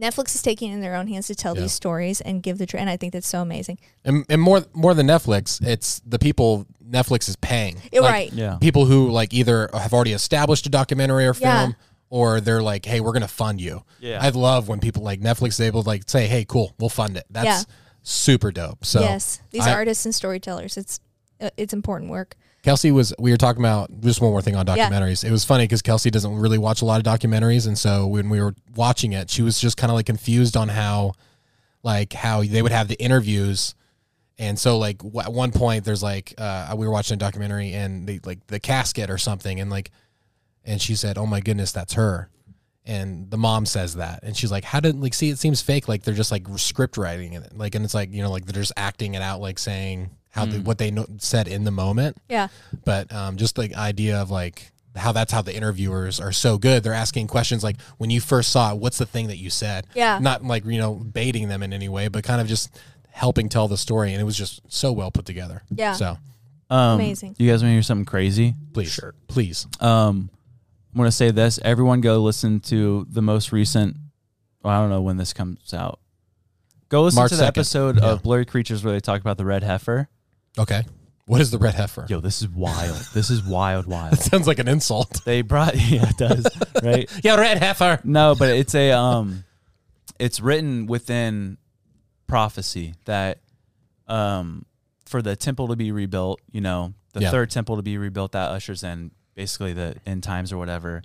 S6: Netflix is taking it in their own hands to tell
S5: Yeah.
S6: these stories and give the tr- and I think that's so amazing.
S5: And, and more more than Netflix, it's the people Netflix is paying.
S6: Yeah,
S5: Like,
S6: right.
S7: Yeah.
S5: People who like either have already established a documentary or film
S6: Yeah.
S5: or they're like, hey, we're gonna fund you.
S7: Yeah.
S5: I love when people like Netflix is able to like say, Hey, cool, we'll fund it. That's
S6: Yeah.
S5: super dope. So
S6: yes, these
S5: I-
S6: artists and storytellers, it's uh, it's important work.
S5: Kelsey was we were talking about just one more thing on
S6: Yeah.
S5: documentaries. It was funny because Kelsey doesn't really watch a lot of documentaries, and so when we were watching it, she was just kind of like confused on how, like how they would have the interviews, and so like w- at one point there's like uh, we were watching a documentary and they like the casket or something, and like, and she said, "Oh my goodness, that's her," and the mom says that, and she's like, "How did like see? It seems fake. Like they're just like script writing it, like, and it's like you know like they're just acting it out, like saying." How they, what they no- said in the moment,
S6: Yeah,
S5: but um, just the idea of like how that's how the interviewers are so good. They're asking questions like, when you first saw it, what's the thing that you said?
S6: Yeah.
S5: Not like, you know, baiting them in any way, but kind of just helping tell the story. And it was just so well put together.
S6: Yeah.
S5: So
S7: Um,
S6: Amazing.
S7: You guys want to hear something crazy?
S5: please, sure. please.
S7: Um, I'm going to say this. Everyone go listen to the most recent, well, I don't know when this comes out. Go listen
S5: March
S7: to the
S5: 2nd.
S7: episode
S5: Yeah.
S7: of Blurry Creatures where they talk about the red heifer.
S5: Okay. What is the red heifer?
S7: Yo, this is wild. this is wild, wild.
S5: That sounds like an insult.
S7: They brought, yeah, it does, right?
S5: yeah, red heifer.
S7: No, but it's a um, it's written within prophecy that um, for the temple to be rebuilt, you know, the
S5: Yeah.
S7: third temple to be rebuilt that ushers in basically the end times or whatever.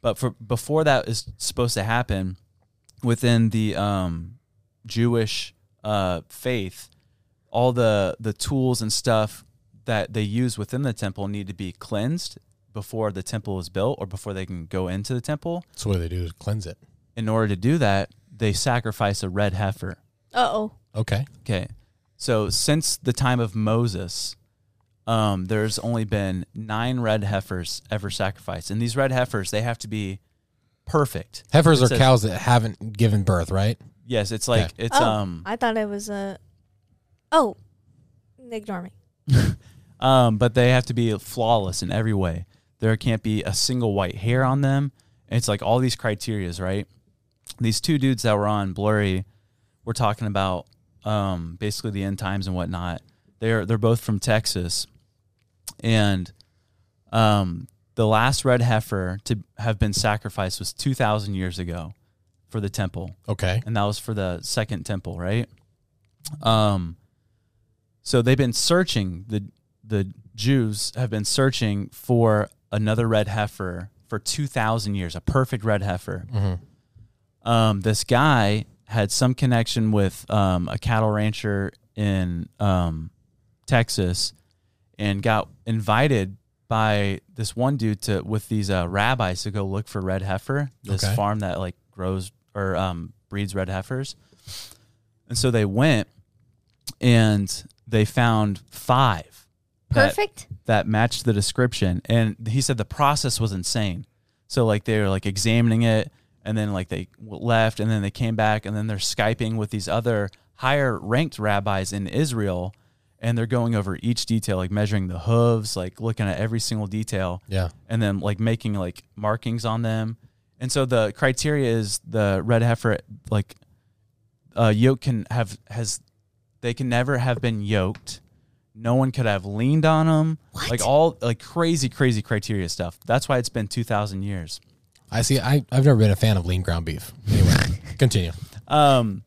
S7: But for before that is supposed to happen within the um, Jewish uh, faith, all the the tools and stuff that they use within the temple need to be cleansed before the temple is built or before they can go into the temple
S5: So what do they do is cleanse it.
S7: in order to do that, they sacrifice a red heifer.
S6: Uh oh.
S5: Okay.
S7: Okay. So since the time of Moses, um, there's only been nine red heifers ever sacrificed. And these red heifers, they have to be perfect.
S5: Heifers
S7: It
S5: are
S7: says-
S5: cows that haven't given birth, right?
S7: Yes, it's like it's
S6: oh,
S7: um
S6: I thought it was a. Oh, ignore me.
S7: um but they have to be flawless in every way. There can't be a single white hair on them. It's like all these criterias, right? These two dudes that were on Blurry were talking about um basically the end times and whatnot. They're they're both from Texas. and um, the last red heifer to have been sacrificed was 2,000 years ago for the temple,
S5: Okay.
S7: and that was for the second temple, right? Um, so they've been searching the the Jews have been searching for another red heifer for 2,000 years, a perfect red heifer. Um, this guy had some connection with um, a cattle rancher in um, Texas and got invited by this one dude to with these uh, rabbis to go look for red heifer, this
S5: Okay.
S7: farm that like grows or um, breeds red heifers. And so they went and they found five that-
S6: Perfect.
S7: that matched the description. And he said the process was insane. So like they were like examining it, and then like they w- left, and then they came back, and then they're skyping with these other higher ranked rabbis in Israel, and they're going over each detail, like measuring the hooves, like looking at every single detail,
S5: Yeah.
S7: and then like making like markings on them. And so the criteria is the red heifer like uh, yoke can have has they can never have been yoked. No one could have leaned on them. Like all like crazy, crazy criteria stuff. That's why it's been two thousand years.
S5: I see. I, I've never been a fan of lean ground beef. Anyway, continue.
S7: Um,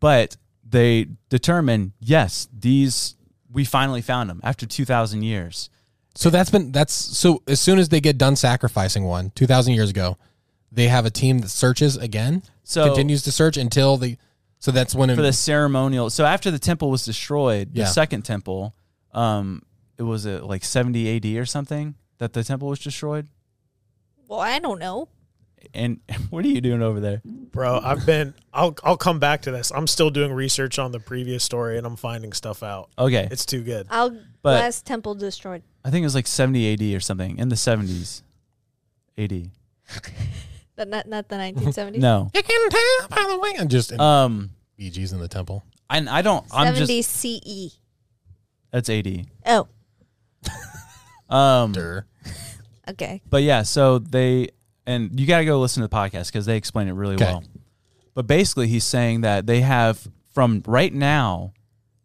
S7: but they determine yes, these we finally found them after two thousand years.
S5: So that's been that's so as soon as they get done sacrificing one 2000 years ago, they have a team that searches again,
S7: So-
S5: continues to search until the so that's when it,
S7: for the ceremonial. So after the temple was destroyed,
S5: Yeah.
S7: the second temple, um, it was it like 70 AD or something that the temple was destroyed.
S6: Well, I don't know.
S7: And what are you doing over there?
S8: Bro, I've been. I'll I'll come back to this. I'm still doing research on the previous story, and I'm finding stuff out.
S7: Okay.
S8: It's too good.
S6: I'll
S7: But-
S6: last temple destroyed.
S7: I think it was like 70 AD or something in the 70s. AD.
S6: But not not the 1970s.
S7: No.
S5: You can tell by the way. And just and
S7: Um
S5: Bee Gees in the temple.
S7: and I don't I'm
S6: 70
S7: just
S6: CE.
S7: that's AD.
S6: E. Oh,
S7: Um
S5: Durr.
S6: okay.
S7: but yeah, so they and you got to go listen to the podcast cuz they explain it really
S5: Okay.
S7: well. But basically he's saying that they have from right now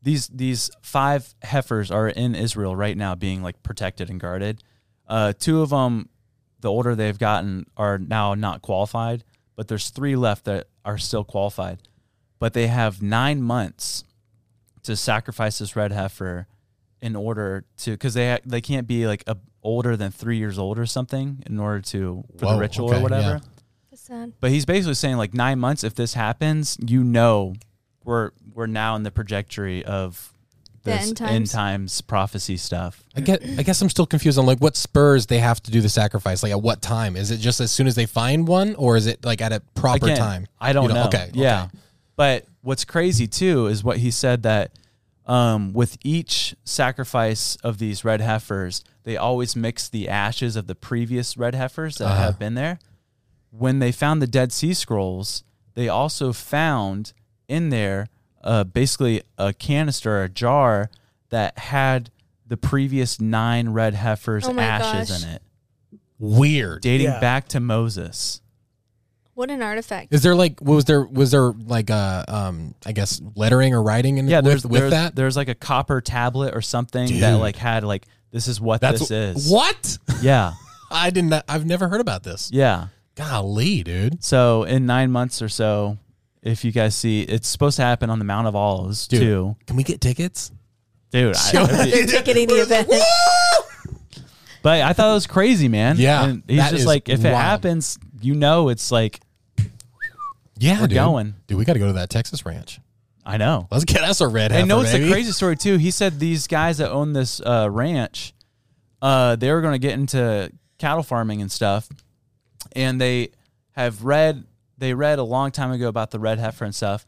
S7: these these five heifers are in Israel right now being like protected and guarded. Uh two of them the older they've gotten are now not qualified, but there's three left that are still qualified. But they have 9 months to sacrifice this red heifer in order to because they ha- they can't be like a, older than three years old or something in order to for
S5: Whoa,
S7: the ritual
S5: okay,
S7: or whatever.
S5: yeah.
S6: That's sad.
S7: But he's basically saying like nine months. If this happens, you know, we're we're now in the trajectory of
S6: The
S7: this
S6: end times.
S7: end times prophecy stuff.
S5: I get. I guess I'm still confused on like what spurs they have to do the sacrifice. Like at what time? Is it just as soon as they find one, or is it like at a
S7: I
S5: proper
S7: can't-
S5: time?
S7: I don't
S5: You
S7: know.
S5: Okay.
S7: Yeah.
S5: okay.
S7: But what's crazy too is what he said that um, with each sacrifice of these red heifers, they always mix the ashes of the previous red heifers that
S5: Uh-huh.
S7: have been there. When they found the Dead Sea Scrolls, they also found in there uh, basically a canister, or a jar that had the previous nine red heifers'
S6: Oh my
S7: ashes
S6: gosh.
S7: in it,
S5: Weird.
S7: dating
S8: Yeah.
S7: back to Moses.
S6: What an artifact.
S5: Is there like was there was there like uh um I guess lettering or writing in
S7: yeah,
S5: with,
S7: there's,
S5: with
S7: there's,
S5: that?
S7: There's like a copper tablet or something that
S5: Dude.
S7: like had like this is what
S5: That's
S7: this is.
S5: what
S7: Yeah,
S5: I didn't. I've never heard about this.
S7: yeah.
S5: Golly, dude.
S7: So in nine months or so, if you guys see, it's supposed to happen on the Mount of Olives
S5: Dude.
S7: too,
S5: Can we get tickets?
S7: dude. I,
S6: They're ticketing the event.
S7: but I thought it was crazy, man.
S5: Yeah,
S7: and he's
S5: that
S7: just
S5: is
S7: like, if it
S5: wild.
S7: happens, you know, it's like
S5: Yeah,
S7: We're
S5: dude.
S7: going.
S5: Dude, we got to go to that Texas ranch.
S7: I know.
S5: Let's get us a red.
S7: I
S5: heifer,
S7: know it's the
S5: baby.
S7: crazy story too. He said these guys that own this uh, ranch, uh, they were going to get into cattle farming and stuff, and they have read they read a long time ago about the red heifer and stuff.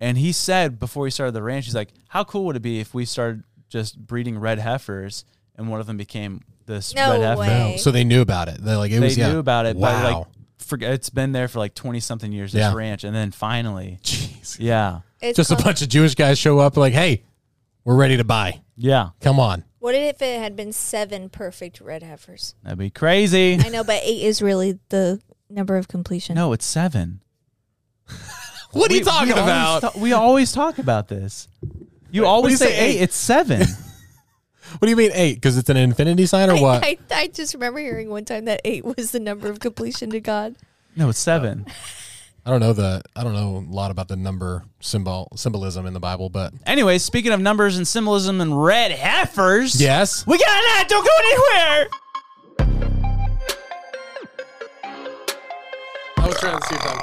S7: And he said before he started the ranch, he's like, "How cool would it be if we started just breeding red heifers, and one of them became this
S6: No
S7: red heifer?"
S6: way.
S5: So they knew about it. They like it
S7: They
S5: was. yeah.
S7: knew about it,
S5: Wow.
S7: but like, forget it's been there for like twenty something years. This
S5: Yeah.
S7: ranch, and then finally,
S5: Jeez.
S7: yeah,
S6: It's
S5: Just a
S6: called-
S5: bunch of Jewish guys show up like, hey, we're ready to buy.
S7: yeah,
S5: Come on.
S6: What if it had been seven perfect red heifers?
S7: that'd be crazy.
S6: I know, but eight is really the number of completion.
S7: No, it's seven.
S5: What are you
S7: We-
S5: talking
S7: we always
S5: about?
S7: ta- we always talk about this. You always
S5: do you
S7: say,
S5: say,
S7: eight. It's seven.
S5: what do you mean eight? Because it's an infinity sign or
S6: I,
S5: what?
S6: I, I just remember hearing one time that eight was the number of completion to God.
S7: no, it's seven.
S5: I don't know the. I don't know a lot about the number symbol symbolism in the Bible, but
S7: Anyway, speaking of numbers and symbolism and red heifers,
S5: yes,
S7: we got that. Don't go anywhere.
S5: I was trying to see if I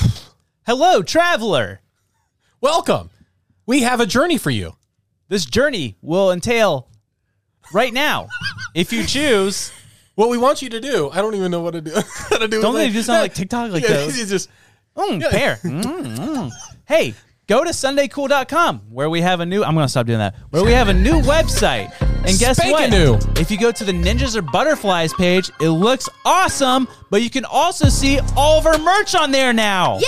S5: could.
S7: Hello, traveler.
S5: Welcome. We have a journey for you.
S7: This journey will entail right now, if you choose.
S5: What we want you to do, I don't even know what to do. how to do
S7: Don't
S5: it.
S7: they do sound like TikTok like
S5: Yeah,
S7: those?
S5: it's just-
S7: Mm, pear. Mm, mm. Hey, go to sundaycool.com where we have a new I'm going to stop doing that. Where we have a new website. And guess
S5: Spankin'
S7: what?
S5: new.
S7: If you go to the Ninjas or Butterflies page, it looks awesome, but you can also see all of our merch on there now.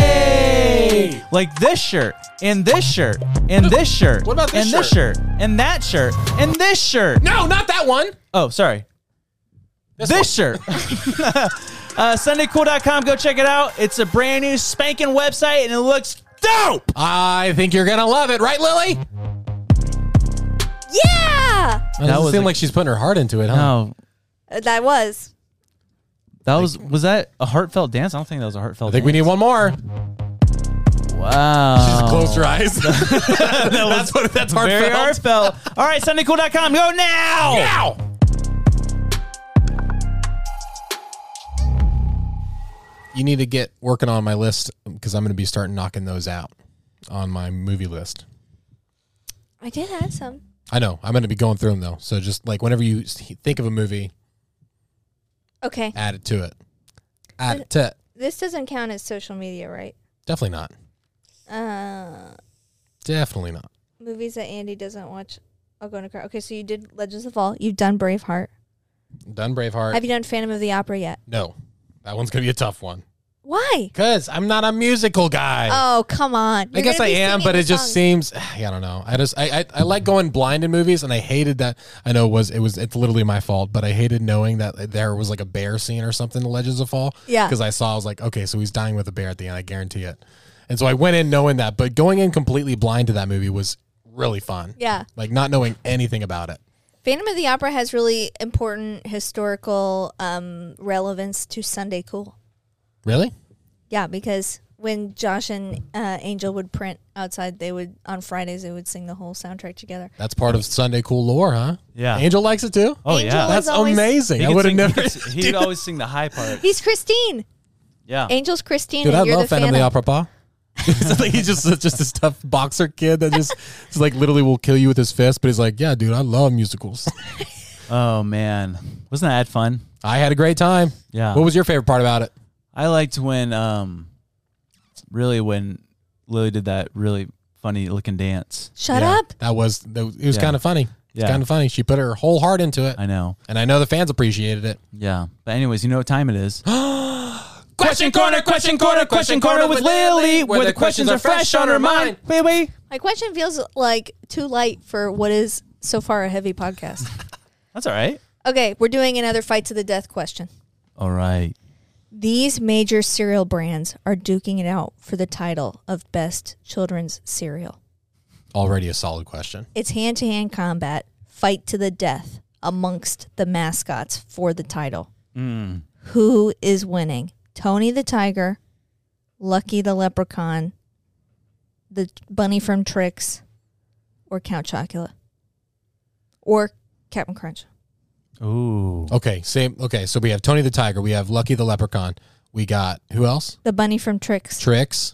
S7: Yay! Like this shirt, and this shirt, and this shirt,
S5: What about this
S7: and this shirt, and that shirt, and this shirt.
S5: no, not that one.
S7: Oh, sorry. This, shirt. uh, SundayCool.com. Go check it out. It's a brand new spanking website and it looks dope.
S5: I think you're gonna love it, right, Lily?
S6: Yeah,
S5: That doesn't
S7: was
S5: seem
S7: a-
S5: like she's putting her heart into it, huh?
S7: No,
S6: Uh, that was.
S7: Oh, that was, was that a heartfelt dance? I don't think that was a heartfelt
S5: I think we need one more.
S7: Wow.
S5: Just close your eyes. that's what that's heartfelt.
S7: Oh. Very Oh. heartfelt. All right, SundayCool.com. Go now.
S5: Ow! You need to get working on my list because I'm going to be starting knocking those out on my movie list.
S6: I did add some.
S5: I know I'm going to be going through them though, so just like whenever you s- think of a movie,
S6: Okay.
S5: add it to it. Add it to.
S6: This doesn't count as social media, right?
S5: Definitely not.
S6: Uh,
S5: Definitely not.
S6: movies that Andy doesn't watch. I'll go in a car. Okay, so you did Legends of Fall. You've done Braveheart.
S5: Done Braveheart.
S6: Have you done Phantom of the Opera yet?
S5: no, that one's gonna be a tough one.
S6: Why?
S5: Cause I'm not a musical guy.
S6: Oh, come on.
S5: I
S6: You're
S5: guess I
S6: gonna be
S5: am,
S6: singing
S5: but
S6: the
S5: it just
S6: songs.
S5: seems yeah, I don't know. I just I, I I like going blind in movies, and I hated that. I know it was it was it's literally my fault, but I hated knowing that there was like a bear scene or something in Legends of Fall.
S6: Yeah.
S5: because I saw I was like, okay, so he's dying with a bear at the end. I guarantee it. And so I went in knowing that, but going in completely blind to that movie was really fun.
S6: Yeah.
S5: like not knowing anything about it.
S6: Phantom of the Opera has really important historical um, relevance to Sunday Cool.
S5: Really?
S6: Yeah, because when Josh and uh, Angel would print outside, they would on Fridays they would sing the whole soundtrack together.
S5: That's part of Sunday Cool lore, huh?
S7: Yeah.
S5: Angel likes it too.
S7: Oh
S6: Angel
S7: yeah.
S6: was
S5: That's
S6: always-
S5: amazing.
S7: He
S5: I
S7: could
S5: would have
S7: sing-
S5: never.
S7: He would always sing the high part.
S6: He's Christine.
S7: Yeah.
S6: Angel's Christine.
S5: Dude,
S6: and
S5: I
S6: you're
S5: love
S6: the
S5: Phantom
S6: Phantom.
S5: of the Opera. Pa. It's like he's just just this tough boxer kid that just, just like literally will kill you with his fist. But he's like, yeah, dude, I love musicals.
S7: Oh man, wasn't that fun?
S5: I had a great time.
S7: Yeah.
S5: What was your favorite part about it?
S7: I liked when, um, really when Lily did that really funny looking dance.
S6: Shut
S5: Yeah,
S6: up.
S5: That was that was- it. Was
S7: Yeah.
S5: kind of funny. It's
S7: Yeah.
S5: kind of funny. She put her whole heart into it,
S7: I know.
S5: and I know the fans appreciated it.
S7: Yeah. But anyways, you know what time it is.
S1: Question corner, question corner, question corner with Lily, where the questions are fresh on her mind.
S7: Wait, wait.
S6: My question feels like too light for what is so far a heavy podcast.
S7: That's all right.
S6: okay, we're doing another fight to the death question.
S7: All right.
S6: These major cereal brands are duking it out for the title of best children's cereal.
S5: Already a solid question.
S6: It's hand to hand combat, fight to the death amongst the mascots for the title.
S5: Hmm.
S6: Who is winning? Tony the Tiger, Lucky the Leprechaun, the Bunny from Tricks, or Count Chocula, or Captain Crunch?
S7: Ooh.
S5: Okay, same. Okay, so we have Tony the Tiger. We have Lucky the Leprechaun. We got who else?
S6: The Bunny from Tricks,
S5: Tricks,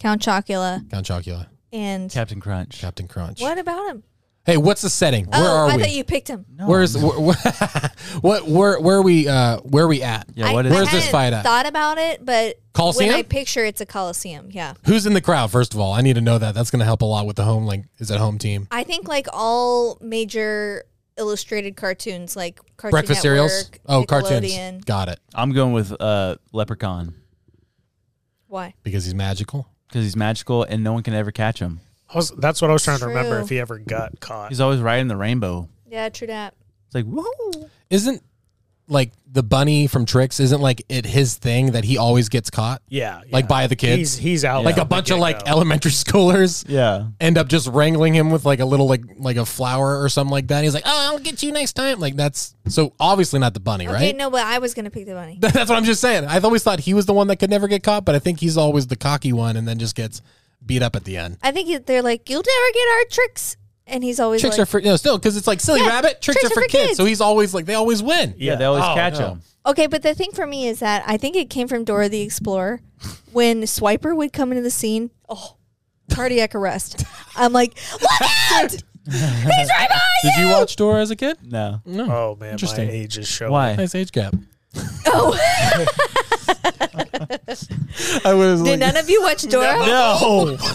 S6: Count Chocula,
S5: Count Chocula,
S6: and
S7: Captain Crunch.
S5: Captain Crunch.
S6: what about him?
S5: Hey, what's the setting?
S6: Oh,
S5: where are
S6: I
S5: we?
S6: thought you picked him.
S7: No.
S5: Where's wh- wh- what? Where where are we? Uh, where are we at?
S7: Yeah. What is?
S5: Where's this
S6: hadn't
S5: fight at?
S6: Thought about it, but
S5: Coliseum?
S6: when I picture it's a coliseum. Yeah,
S5: Who's in the crowd? First of all, I need to know that. That's going to help a lot with the home. Like, is it home team?
S6: I think like all major illustrated cartoons, like Cartoon
S5: Breakfast cereals.
S6: Network,
S5: Oh, cartoons.
S6: Nickelodeon.
S5: Got it.
S7: I'm going with uh, Leprechaun
S6: Why?
S5: Because he's magical.
S7: because he's magical and no one can ever catch him.
S8: I was, that's what I was trying to remember
S6: True.
S8: if he ever got caught.
S7: He's always riding the rainbow.
S6: Yeah, true that.
S7: It's like woo.
S5: Isn't like the bunny from Tricks? Isn't like it his thing that he always gets caught?
S8: yeah,
S5: Like
S8: yeah.
S5: by the kids.
S8: He's he's out
S5: like
S8: from
S5: a bunch of
S8: the
S5: like
S8: get-go.
S5: elementary schoolers
S7: Yeah.
S5: end up just wrangling him with like a little like like a flower or something like that. he's like, oh, I'll get you next time. Like that's so obviously not the bunny,
S6: Okay,
S5: right?
S6: no, but I was gonna pick the bunny.
S5: That's what I'm just saying. I've always thought he was the one that could never get caught, but I think he's always the cocky one and then just gets beat up at the end.
S6: I think he- they're like, you'll never get our tricks, and he's always
S5: Tricks
S6: like,
S5: are for no, still because it's like silly
S6: Yeah,
S5: rabbit. Tricks, are, for kids. so he's always like they always win.
S7: Yeah, they always
S5: Oh,
S7: catch
S5: no.
S7: him.
S6: okay. But the thing for me is that I think it came from Dora the Explorer when Swiper would come into the scene. Oh, cardiac arrest. I'm like, look out! he's right behind you.
S5: Did you watch Dora as a kid?
S7: No.
S8: Oh man, my
S5: Interesting.
S8: age is showing.
S7: Why?
S5: Nice age gap.
S6: Oh,
S5: I was
S6: did none of you watch Dora?
S5: no.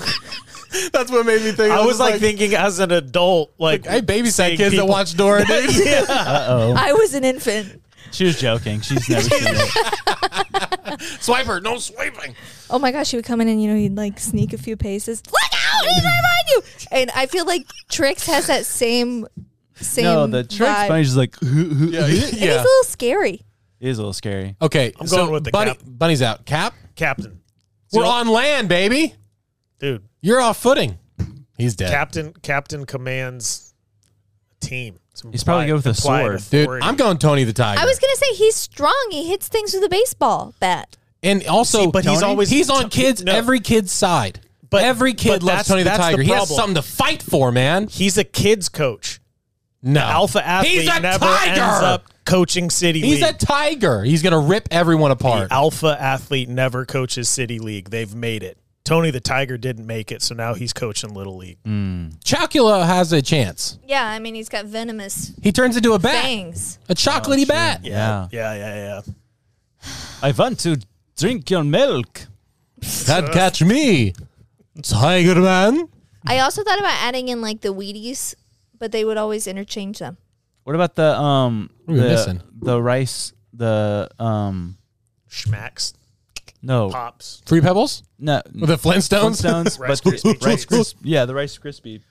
S5: That's what made me think.
S8: I was like, thinking as an adult, like
S5: I babysat
S8: seeing
S5: kids that
S8: people-
S5: watch Dora. Dude.
S6: I was an infant.
S7: She was joking. She's never seen it.
S5: Swiper, no swiping.
S6: Oh my gosh, he would come in and you know he'd like sneak a few paces. Look out! He's right behind you. And I feel like Trix has that same same.
S7: No, the trick's
S6: vibe.
S7: funny. She's like,
S6: And he's a little scary.
S7: it is a little scary.
S5: Okay,
S8: I'm
S5: so
S8: going with the
S5: bunny,
S8: cap.
S5: bunny's out. Cap,
S8: Captain,
S5: we're on land, baby.
S8: dude.
S5: You're off footing. He's dead.
S8: Captain, Captain commands a team. It's
S7: He's probably
S8: implied-
S7: good with a
S8: implied
S7: sword.
S5: Dude,
S8: authority.
S5: I'm going Tony the Tiger.
S6: I was gonna say he's strong. He hits things with a baseball bat.
S5: and also,
S8: See, but he's always-
S5: he's on kids
S8: No.
S5: every kid's side. But
S8: But-
S5: every kid
S8: but
S5: loves
S8: that's-
S5: Tony the
S8: that's the
S5: Tiger. he has
S8: problem.
S5: something to fight for, man.
S8: He's a kids coach.
S5: No,
S8: Alpha athlete
S5: He's a
S8: never
S5: tiger.
S8: ends up coaching city
S5: He's a
S8: league.
S5: tiger. He's gonna rip everyone
S8: The
S5: apart.
S8: alpha athlete never coaches city league. They've made it. Tony the Tiger didn't make it, so now he's coaching little league.
S7: Mm,
S5: Chocula has a chance.
S6: Yeah, I mean he's got venomous
S5: He turns into
S7: Ah.
S5: a bat,
S6: fangs.
S8: Oh,
S5: a chocolatey bat.
S7: Yeah.
S8: yeah, yeah, yeah.
S7: I want to Drink your milk.
S5: Can't catch me, Tiger Man.
S6: I also thought about adding in like the Wheaties, but they would always interchange them.
S7: What about the um
S5: What are we
S7: the,
S5: missing?
S7: the rice the um
S8: Schmacks,
S7: no
S8: pops.
S5: Free Pebbles,
S7: no
S8: Mm-hmm.
S5: the Flintstones.
S7: Flintstones
S8: Rice
S7: but the,
S8: Krispie
S7: rice
S8: Treats.
S7: crisp yeah the rice crispy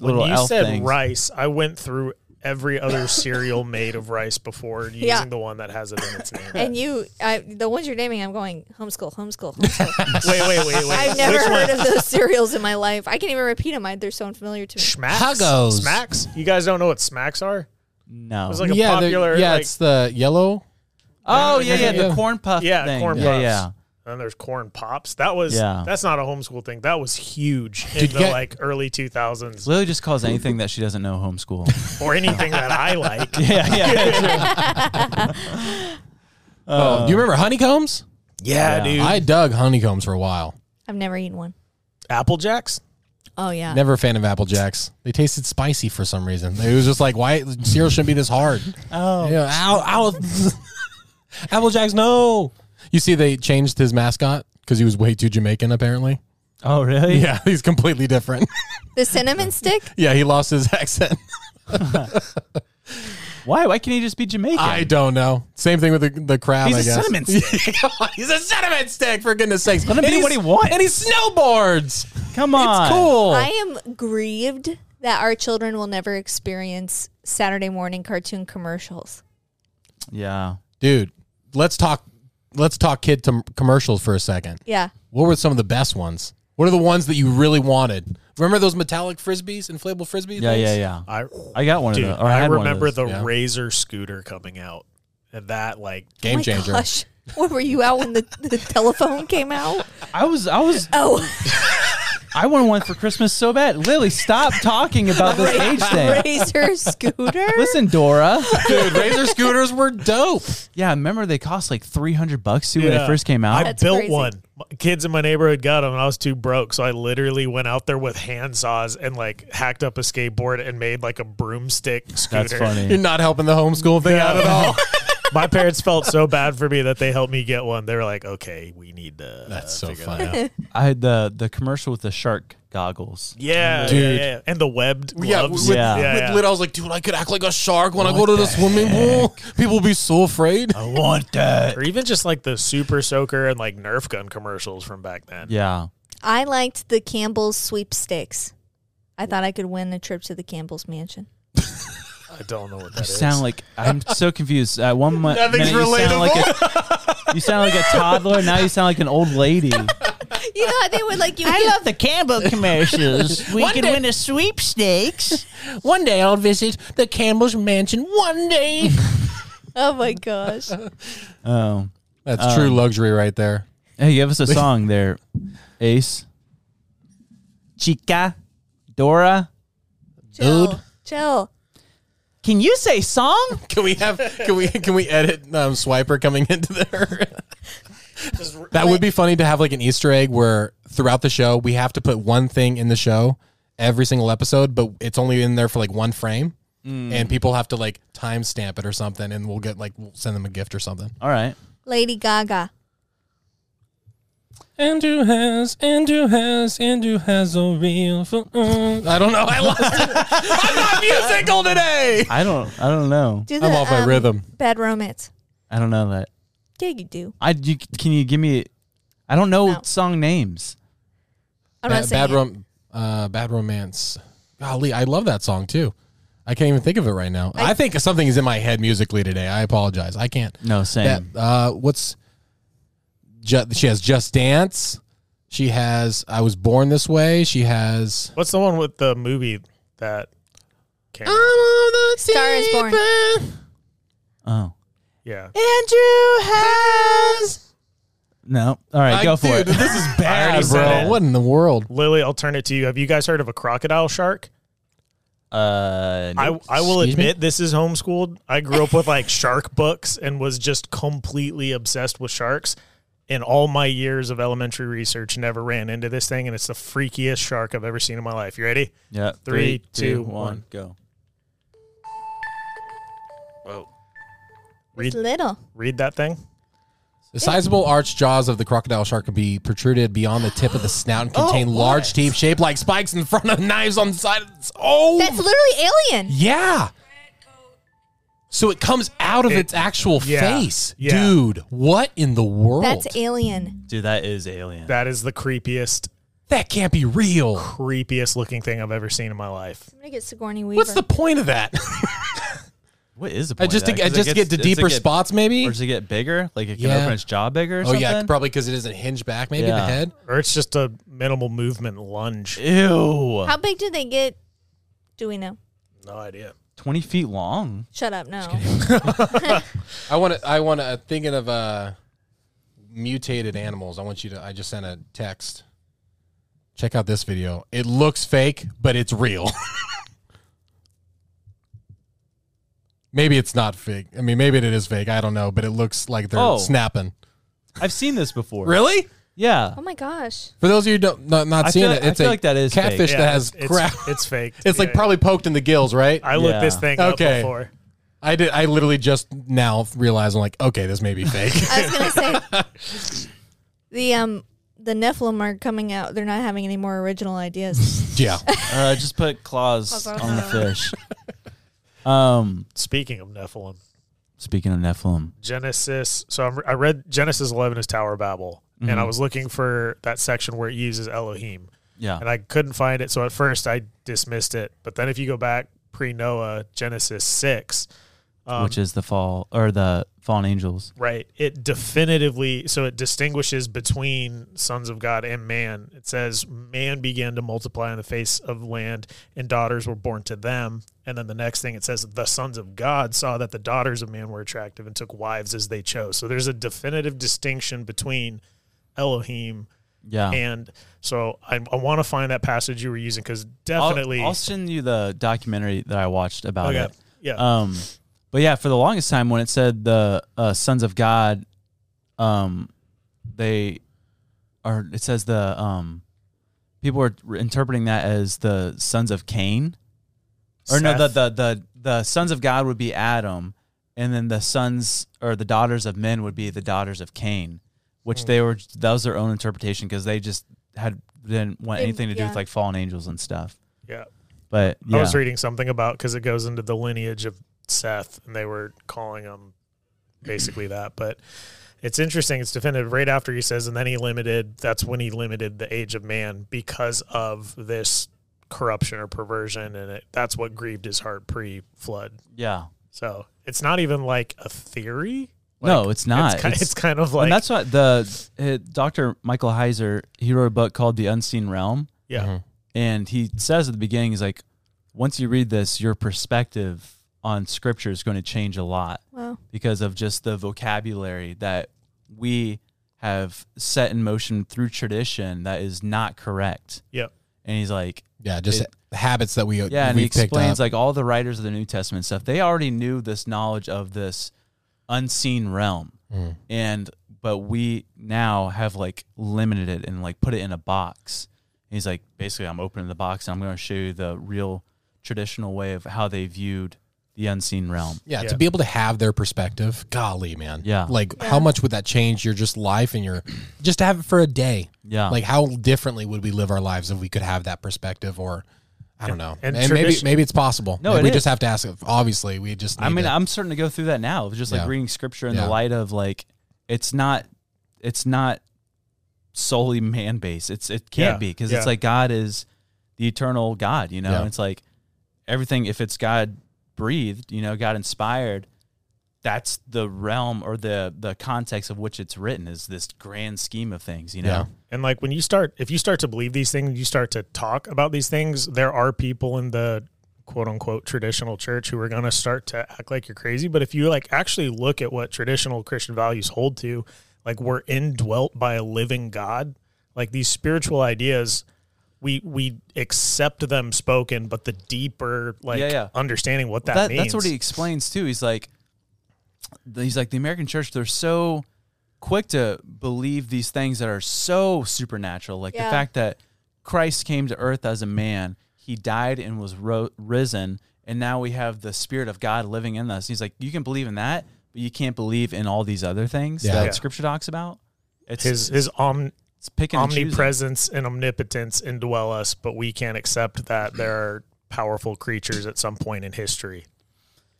S8: When
S7: little
S8: you
S7: elf
S8: said
S7: things.
S8: rice, I went through every other cereal made of rice before using
S6: Yeah.
S8: the one that has it in its name.
S6: And you, I, the ones you're naming, I'm going homeschool, homeschool, homeschool.
S8: wait, wait, wait, wait.
S6: I've never heard of those cereals in my life. I can't even repeat them. I, they're so unfamiliar to me.
S8: Schmacks.
S5: Huggos.
S8: Smacks. You guys don't know what smacks are?
S7: no
S8: It was like a
S5: yeah, they're-
S8: popular.
S5: yeah,
S8: like,
S5: it's the yellow.
S7: oh yeah yeah the
S5: Yeah.
S7: corn puff
S8: Yeah,
S7: thing.
S8: corn
S7: yeah
S8: puffs.
S7: yeah
S8: And then there's corn pops. That was
S7: Yeah.
S8: that's not a homeschool thing. That was huge in
S5: Did
S8: the
S5: you get-
S8: like early 2000s
S7: Lily just calls anything that she doesn't know homeschool
S8: or anything that I like.
S7: yeah yeah
S5: oh, do you remember honeycombs?
S8: Yeah, Uh, dude.
S5: I dug honeycombs for a while.
S6: I've never eaten one.
S8: Apple Jacks.
S6: Oh yeah,
S5: Never a fan of Apple Jacks. They tasted spicy for some reason. It was just like, why cereal shouldn't be this hard? Oh, yeah, ow, ow. Apple Jacks, no. You see, they changed his mascot because he was way too Jamaican. Apparently,
S7: oh really
S5: yeah, he's completely different.
S6: the cinnamon stick.
S5: yeah, he lost his accent.
S7: why why can't he just be Jamaican
S5: I don't know. Same thing with the, the crab.
S7: He's
S5: I
S7: a
S5: guess.
S7: cinnamon stick.
S5: he's a cinnamon stick. For goodness sakes, let
S7: him be what he wants.
S5: And he snowboards.
S7: come on
S5: It's cool.
S6: I am grieved that our children will never experience Saturday morning cartoon commercials.
S7: yeah
S5: Dude, let's talk. Let's talk kid to commercials for a second.
S6: Yeah,
S5: What were some of the best ones? What are the ones that you really wanted? Remember those metallic frisbees, inflatable frisbees?
S7: yeah yeah yeah
S8: I
S7: I got one
S8: dude,
S7: of those or I,
S8: I
S7: had one of
S8: remember
S7: those.
S8: the
S5: Yeah.
S8: Razor scooter coming out. And that like
S5: Game
S7: Oh
S6: My
S5: changer.
S6: Gosh. Where were you out when the, the telephone came out?
S7: I was I was
S6: Oh,
S7: I want one for Christmas so bad. Lily, stop talking about this age thing.
S6: razor scooter.
S7: Listen, Dora.
S5: Dude, Razor scooters were dope.
S7: Yeah, I remember they cost like three hundred bucks too when they
S8: Yeah.
S7: first came out.
S8: I
S6: That's
S8: built
S6: crazy.
S8: one. My Kids in my neighborhood got them, and I was too broke, so I literally went out there with hand saws and like hacked up a skateboard and made like a broomstick scooter.
S7: That's funny.
S5: You're not helping the homeschool thing out at all.
S8: my parents felt so bad for me that they helped me get one. They were like, "Okay, we need to."
S5: That's so funny.
S7: I had the the commercial with the shark goggles.
S8: Yeah,
S5: Dude.
S8: yeah, yeah. and the webbed gloves.
S5: Yeah, with,
S7: Yeah.
S5: with
S8: yeah.
S5: lit, I was like, dude, I could act like a shark when I go to the, swimming pool. People be so afraid.
S7: I want that.
S8: or even just like the Super Soaker and like Nerf gun commercials from back then.
S7: Yeah.
S6: I liked the Campbell's sweepstakes. I thought I could win a trip to the Campbell's mansion.
S8: I don't know what that is.
S7: Sound like I'm so confused. At one mo- minute
S5: Nothing's
S7: you sound like a you sound like a toddler. Now you sound like an old lady.
S6: You know how they would like you.
S7: the Campbell commercials. We
S5: can day-
S7: win a sweepstakes.
S5: One day I'll visit the Campbell's mansion. One day.
S6: oh my gosh!
S7: Oh,
S5: That's true luxury right there.
S7: hey, give us a song there, Ace. Chica, Dora.
S6: Chill,
S5: Dude.
S6: chill.
S7: Can you say song?
S5: Can we have? Can we? Can we edit um, Swiper coming into there? that would be funny to have like an Easter egg where throughout the show we have to put one thing in the show every single episode, but it's only in there for like one frame, and people have to like timestamp it or something, and we'll get like we'll send them a gift or something.
S7: All right.
S6: Lady Gaga.
S1: Andrew has, Andrew has, Andrew has a real. uh, Fun.
S5: I don't know. I lost. It. I'm not musical today.
S7: I don't. I don't know.
S6: Do the,
S5: I'm off by
S6: um,
S5: rhythm.
S6: Bad romance.
S7: I don't know that.
S6: Yeah, you do.
S7: I you, can you give me? I don't know
S6: No.
S7: song names.
S6: I'm
S5: Ba-
S6: not saying
S5: bad
S6: it.
S5: rom, uh, bad romance. Golly, I love that song too. I can't even think of it right now. I, think something is in my head musically today. I apologize. I can't.
S7: No, same.
S5: That, uh, what's ju- she has? Just Dance. She has. I was born this way. She has.
S8: What's the one with the movie that? Came
S6: Uh,
S8: out?
S6: Star is born.
S7: Oh,
S8: Yeah,
S7: no. All right, go for
S5: dude,
S7: it.
S5: This is
S8: I
S5: bad,
S8: already said
S5: bro.
S8: it.
S5: What in the world?
S8: Lily, I'll turn it to you. Have you guys heard of a crocodile shark?
S7: Uh,
S8: I, I will
S5: Excuse me?
S8: admit this is homeschooled. I grew up with like shark books and was just completely obsessed with sharks. In all my years of elementary research, never ran into this thing, and it's the freakiest shark I've ever seen in my life. You ready?
S7: yeah.
S8: Three, two, one.
S7: go.
S6: It's little.
S8: Read that thing.
S5: The sizable arched jaws of the crocodile shark can be protruded beyond the tip of the snout and contain large teeth shaped like spikes in front of knives on the side of its. Oh,
S6: That's literally alien.
S5: yeah. So it comes out of its actual
S8: yeah,
S5: face,
S8: yeah.
S5: dude. What in the world?
S6: That's alien.
S7: Dude, that is alien.
S8: That is the creepiest,
S5: that can't be real.
S8: creepiest looking thing I've ever seen in my life.
S6: I'm gonna get Sigourney Weaver.
S5: What's the point of that?
S7: what is the
S5: I
S7: point?
S5: just
S7: of that?
S5: to,
S7: 'Cause it
S5: just to
S7: gets-
S5: get to
S7: does it
S5: deeper
S7: get-
S5: spots, maybe.
S7: Or does it get bigger? Like it can
S5: Yeah.
S7: open its jaw bigger or
S5: Oh
S7: something?
S5: yeah, probably because it doesn't hinge back. Maybe the
S7: Yeah.
S5: head.
S8: Or it's just a minimal movement lunge.
S7: Ew.
S6: How big do they get? Do we know?
S8: No idea.
S7: 20 feet long.
S6: Shut up. No.
S5: I want to. I want to. Thinking of uh, mutated animals. I want you to. I just sent a text. Check out this video. It looks fake, but it's real. maybe it's not fake. I mean, maybe it is fake. I don't know, but it looks like they're
S7: Oh.
S5: snapping.
S7: I've seen this before.
S5: Really?
S7: Yeah.
S6: Oh my gosh.
S5: For those of you who don't not, not
S7: I
S5: seeing
S7: feel-
S5: it,
S7: I
S5: it's
S7: feel
S5: a
S7: like that is fake.
S5: catfish
S8: Yeah,
S5: that has
S8: it's,
S5: crap.
S8: It's fake.
S5: It's like
S8: Yeah.
S5: probably poked in the gills, right?
S8: I looked
S7: Yeah.
S8: this thing up
S5: Okay.
S8: before.
S5: I did. I literally just now realized I'm like, okay, this may be fake.
S6: I was gonna say the um the Nephilim are coming out. They're not having any more original ideas.
S5: yeah.
S7: Uh, just put claws
S6: Claws
S7: on the
S6: on.
S7: fish. Um,
S8: Speaking of Nephilim,
S7: speaking of Nephilim,
S8: Genesis. So I'm, I read Genesis 11 is Tower of Babel, and I was looking for that section where it uses Elohim,
S7: yeah.
S8: and I couldn't find it. So at first I dismissed it, but then if you go back pre Noah, Genesis 6, um,
S7: which is the fall or the fallen angels.
S8: Right. It definitively so it distinguishes between sons of God and man. It says man began to multiply on the face of land and daughters were born to them. And then the next thing it says the sons of God saw that the daughters of man were attractive and took wives as they chose. So there's a definitive distinction between Elohim
S7: Yeah.
S8: and so I, I want to find that passage you were using because
S7: I'll-
S8: definitely
S7: I'll, send you the documentary that I watched about
S8: Okay.
S7: it.
S8: yeah
S7: Um, but yeah, for the longest time, when it said the uh, sons of God, um, they are. It says the um, people are interpreting that as the sons of Cain, or no, the,
S8: Seth.
S7: the the the sons of God would be Adam, and then the sons or the daughters of men would be the daughters of Cain, which
S8: Hmm.
S7: they were. That was their own interpretation because they just had didn't want
S6: They-
S7: anything to do
S6: yeah.
S7: with like fallen angels and stuff.
S8: yeah.
S7: But yeah,
S8: I was reading something about because it goes into the lineage of Seth, and they were calling him basically that. But it's interesting. It's definitive right after he says, and then he limited. That's when he limited the age of man because of this corruption or perversion, and it, that's what grieved his heart pre-flood.
S7: yeah.
S8: So it's not even like a theory.
S7: no, it's not.
S8: it's, kind,
S7: It's-
S8: it's, kind of like
S7: and that's what the uh, Dr. Michael Heiser he wrote a book called The Unseen Realm,
S8: yeah,
S7: and he says at the beginning, he's like, once you read this, your perspective on Scripture is going to change a lot
S6: Wow.
S7: because of just the vocabulary that we have set in motion through tradition that is not correct.
S8: yep.
S7: And he's like,
S5: Yeah, just
S7: It-
S5: habits that we
S7: yeah, and
S5: we
S7: he
S5: picked
S7: explains
S5: up.
S7: like all the writers of the New Testament stuff. They already knew this knowledge of this unseen realm,
S5: Mm.
S7: and but we now have like limited it and like put it in a box. And he's like, basically, I'm opening the box and I'm going to show you the real traditional way of how they viewed the unseen realm.
S5: yeah,
S8: yeah.
S5: to be able to have their perspective, golly, man.
S7: Yeah.
S5: like how much would that change your just life and your just to have it for a day?
S7: Yeah.
S5: like how differently would we live our lives if we could have that perspective? Or I don't know, and,
S8: and
S5: maybe
S8: tradition-
S5: maybe it's possible.
S7: No,
S5: Maybe
S7: it
S5: we
S7: is.
S5: just have to ask. Obviously, we just.
S7: I
S5: need
S7: mean,
S5: to-
S7: I'm starting to go through that now, just like
S5: Yeah.
S7: reading scripture in
S5: Yeah.
S7: the light of like it's not, it's not solely man based. It's it can't
S8: Yeah.
S7: be because
S8: Yeah.
S7: it's like God is the eternal God, you know.
S5: Yeah.
S7: And it's like everything if it's God breathed, you know, God inspired. That's the realm or the the context of which it's written is this grand scheme of things, you know.
S5: Yeah.
S8: And like when you start, if you start to believe these things, you start to talk about these things. There are people in the quote unquote traditional church who are going to start to act like you're crazy. But if you like actually look at what traditional Christian values hold to, like we're indwelt by a living God, like these spiritual ideas, we we accept them spoken, but the deeper like
S7: Yeah, yeah.
S8: understanding what that,
S7: Well,
S8: means.
S7: That's what he explains too. He's like, he's like the American church. They're so quick to believe these things that are so supernatural, like
S6: Yeah.
S7: the fact that Christ came to earth as a man, he died and was ro- risen, and now we have the Spirit of God living in us. He's like, you can believe in that, but you can't believe in all these other things
S5: Yeah.
S7: that
S8: Yeah.
S7: Scripture talks about. It's
S8: His his om,
S7: it's picking and choosing.
S8: omnipresence and omnipotence indwell us, but we can't accept that there are powerful creatures at some point in history.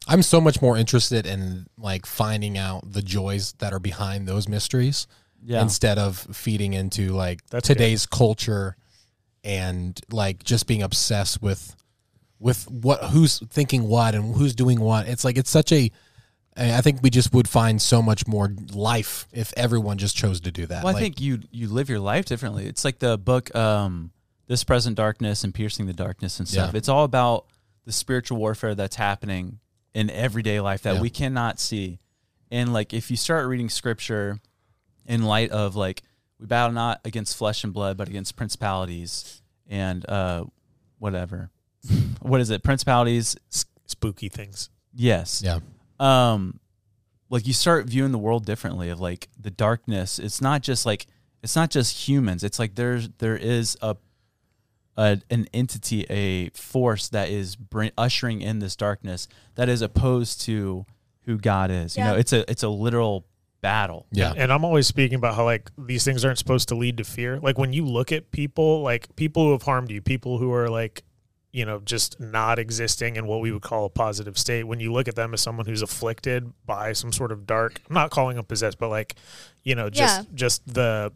S5: I'm so much more interested in like finding out the joys that are behind those mysteries
S7: Yeah.
S5: instead of feeding into like
S8: That's
S5: today's culture and like just being obsessed with with what who's thinking what and who's doing what. It's like it's such a I I think we just would find so much more life if everyone just chose to do that.
S7: Well, I
S5: Like,
S7: think you you live your life differently. It's like the book, um, this present darkness and piercing the darkness and stuff.
S5: Yeah.
S7: It's all about the spiritual warfare that's happening in everyday life that
S5: Yeah.
S7: we cannot see. And like, if you start reading scripture in light of like, we battle not against flesh and blood, but against principalities and uh, whatever. what is it? Principalities?
S8: S- spooky things.
S7: Yes
S5: yeah.
S7: um like you start viewing the world differently of like the darkness it's not just like it's not just humans it's like there's there is a, a an entity a force that is bring, ushering in this darkness that is opposed to who god is you
S6: Yeah.
S7: know it's a it's a literal battle
S5: Yeah.
S8: And I'm always speaking about how like these things aren't supposed to lead to fear. Like when you look at people, like people who have harmed you, people who are like, you know, just not existing in what we would call a positive state. When you look at them as someone who's afflicted by some sort of dark, I'm not calling them possessed, but like, you know, just
S6: Yeah.
S8: just the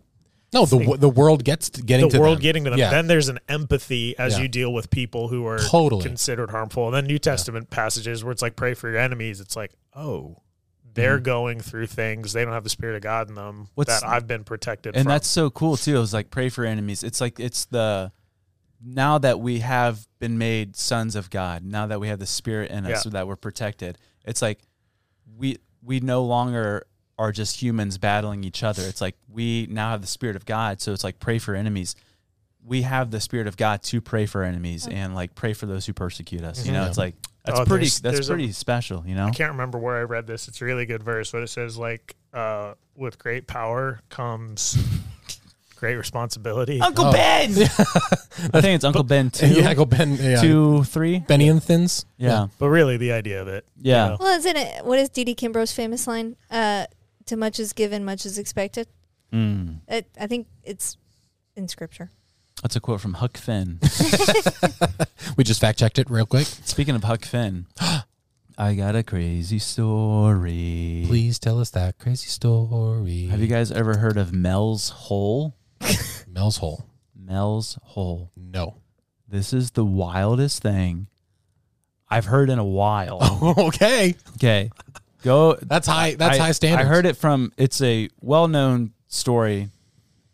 S5: No, the wo- the world gets to getting
S8: the
S5: to
S8: world
S5: them.
S8: getting to them.
S5: Yeah.
S8: Then there's an empathy as
S5: Yeah.
S8: you deal with people who are
S5: Totally.
S8: considered harmful. And then New Testament passages where it's like pray for your enemies. It's like oh, they're
S5: Mm-hmm.
S8: going through things. They don't have the spirit of God in them
S7: What's-
S8: that I've been protected.
S7: and
S8: from.
S7: that's so cool too it was like pray for enemies it's like it's the now that we have been made sons of god now that we have the spirit in us
S8: Yeah.
S7: so that we're protected it's like we we no longer are just humans battling each other it's like we now have the spirit of god so it's like pray for enemies we have the spirit of god to pray for enemies and like pray for those who persecute us you know it's like that's
S8: Oh,
S7: pretty
S8: there's-
S7: that's
S8: there's a-
S7: pretty special you know
S8: I can't remember where I read this. It's a really good verse, but it says like uh, with great power comes great responsibility.
S7: uncle ben i think it's uncle ben two,
S5: Oh. yeah, go Ben. Yeah.
S7: two three
S5: Benny and Thins.
S7: yeah
S8: But really, the idea of it. you
S7: Yeah.
S8: know,
S6: Well, isn't it? What is Didi Kimbrough's famous line? Uh, "To much is given, much is expected."
S5: Hmm.
S7: Mm.
S6: It, I think it's in scripture.
S7: That's a quote from Huck Finn.
S5: We just fact checked it real quick.
S7: Speaking of Huck Finn, I got a crazy story.
S5: Please tell us that crazy story.
S7: Have you guys ever heard of Mel's Hole?
S5: Mel's hole?
S7: Mel's Hole.
S5: No.
S7: This is the wildest thing I've heard in a while.
S5: okay,
S7: Okay. Go.
S5: that's high. Oh. That's
S7: I-
S5: high
S7: I
S5: standards.
S7: heard it from, it's a well known story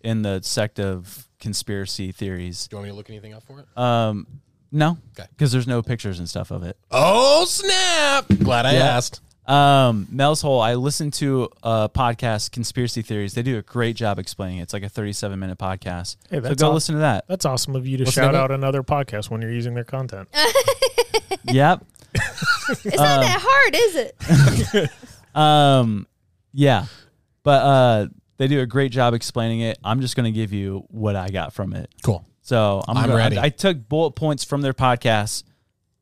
S7: in the sect of conspiracy theories.
S5: Do you want me to look anything up for it?
S7: Um, no,
S5: Okay.
S7: because there's no pictures and stuff of it.
S5: oh snap! Glad I
S7: Yeah.
S5: asked.
S7: Um, Mel's Hole. I listened to a podcast, Conspiracy Theories. They do a great job explaining it. It's like a 37 minute podcast.
S8: Hey,
S7: so
S8: that's
S7: go
S8: aw-
S7: listen to that.
S8: That's awesome of you to
S5: What's
S8: shout
S5: that?
S8: out another podcast when you're using their content.
S7: yep.
S6: It's not
S5: Uh,
S6: that hard, is it?
S7: Um, yeah. But uh, they do a great job explaining it. I'm just going to give you what I got from it.
S5: Cool.
S7: So I'm,
S5: I'm
S7: gonna,
S5: ready.
S7: I, I took bullet points from their podcast.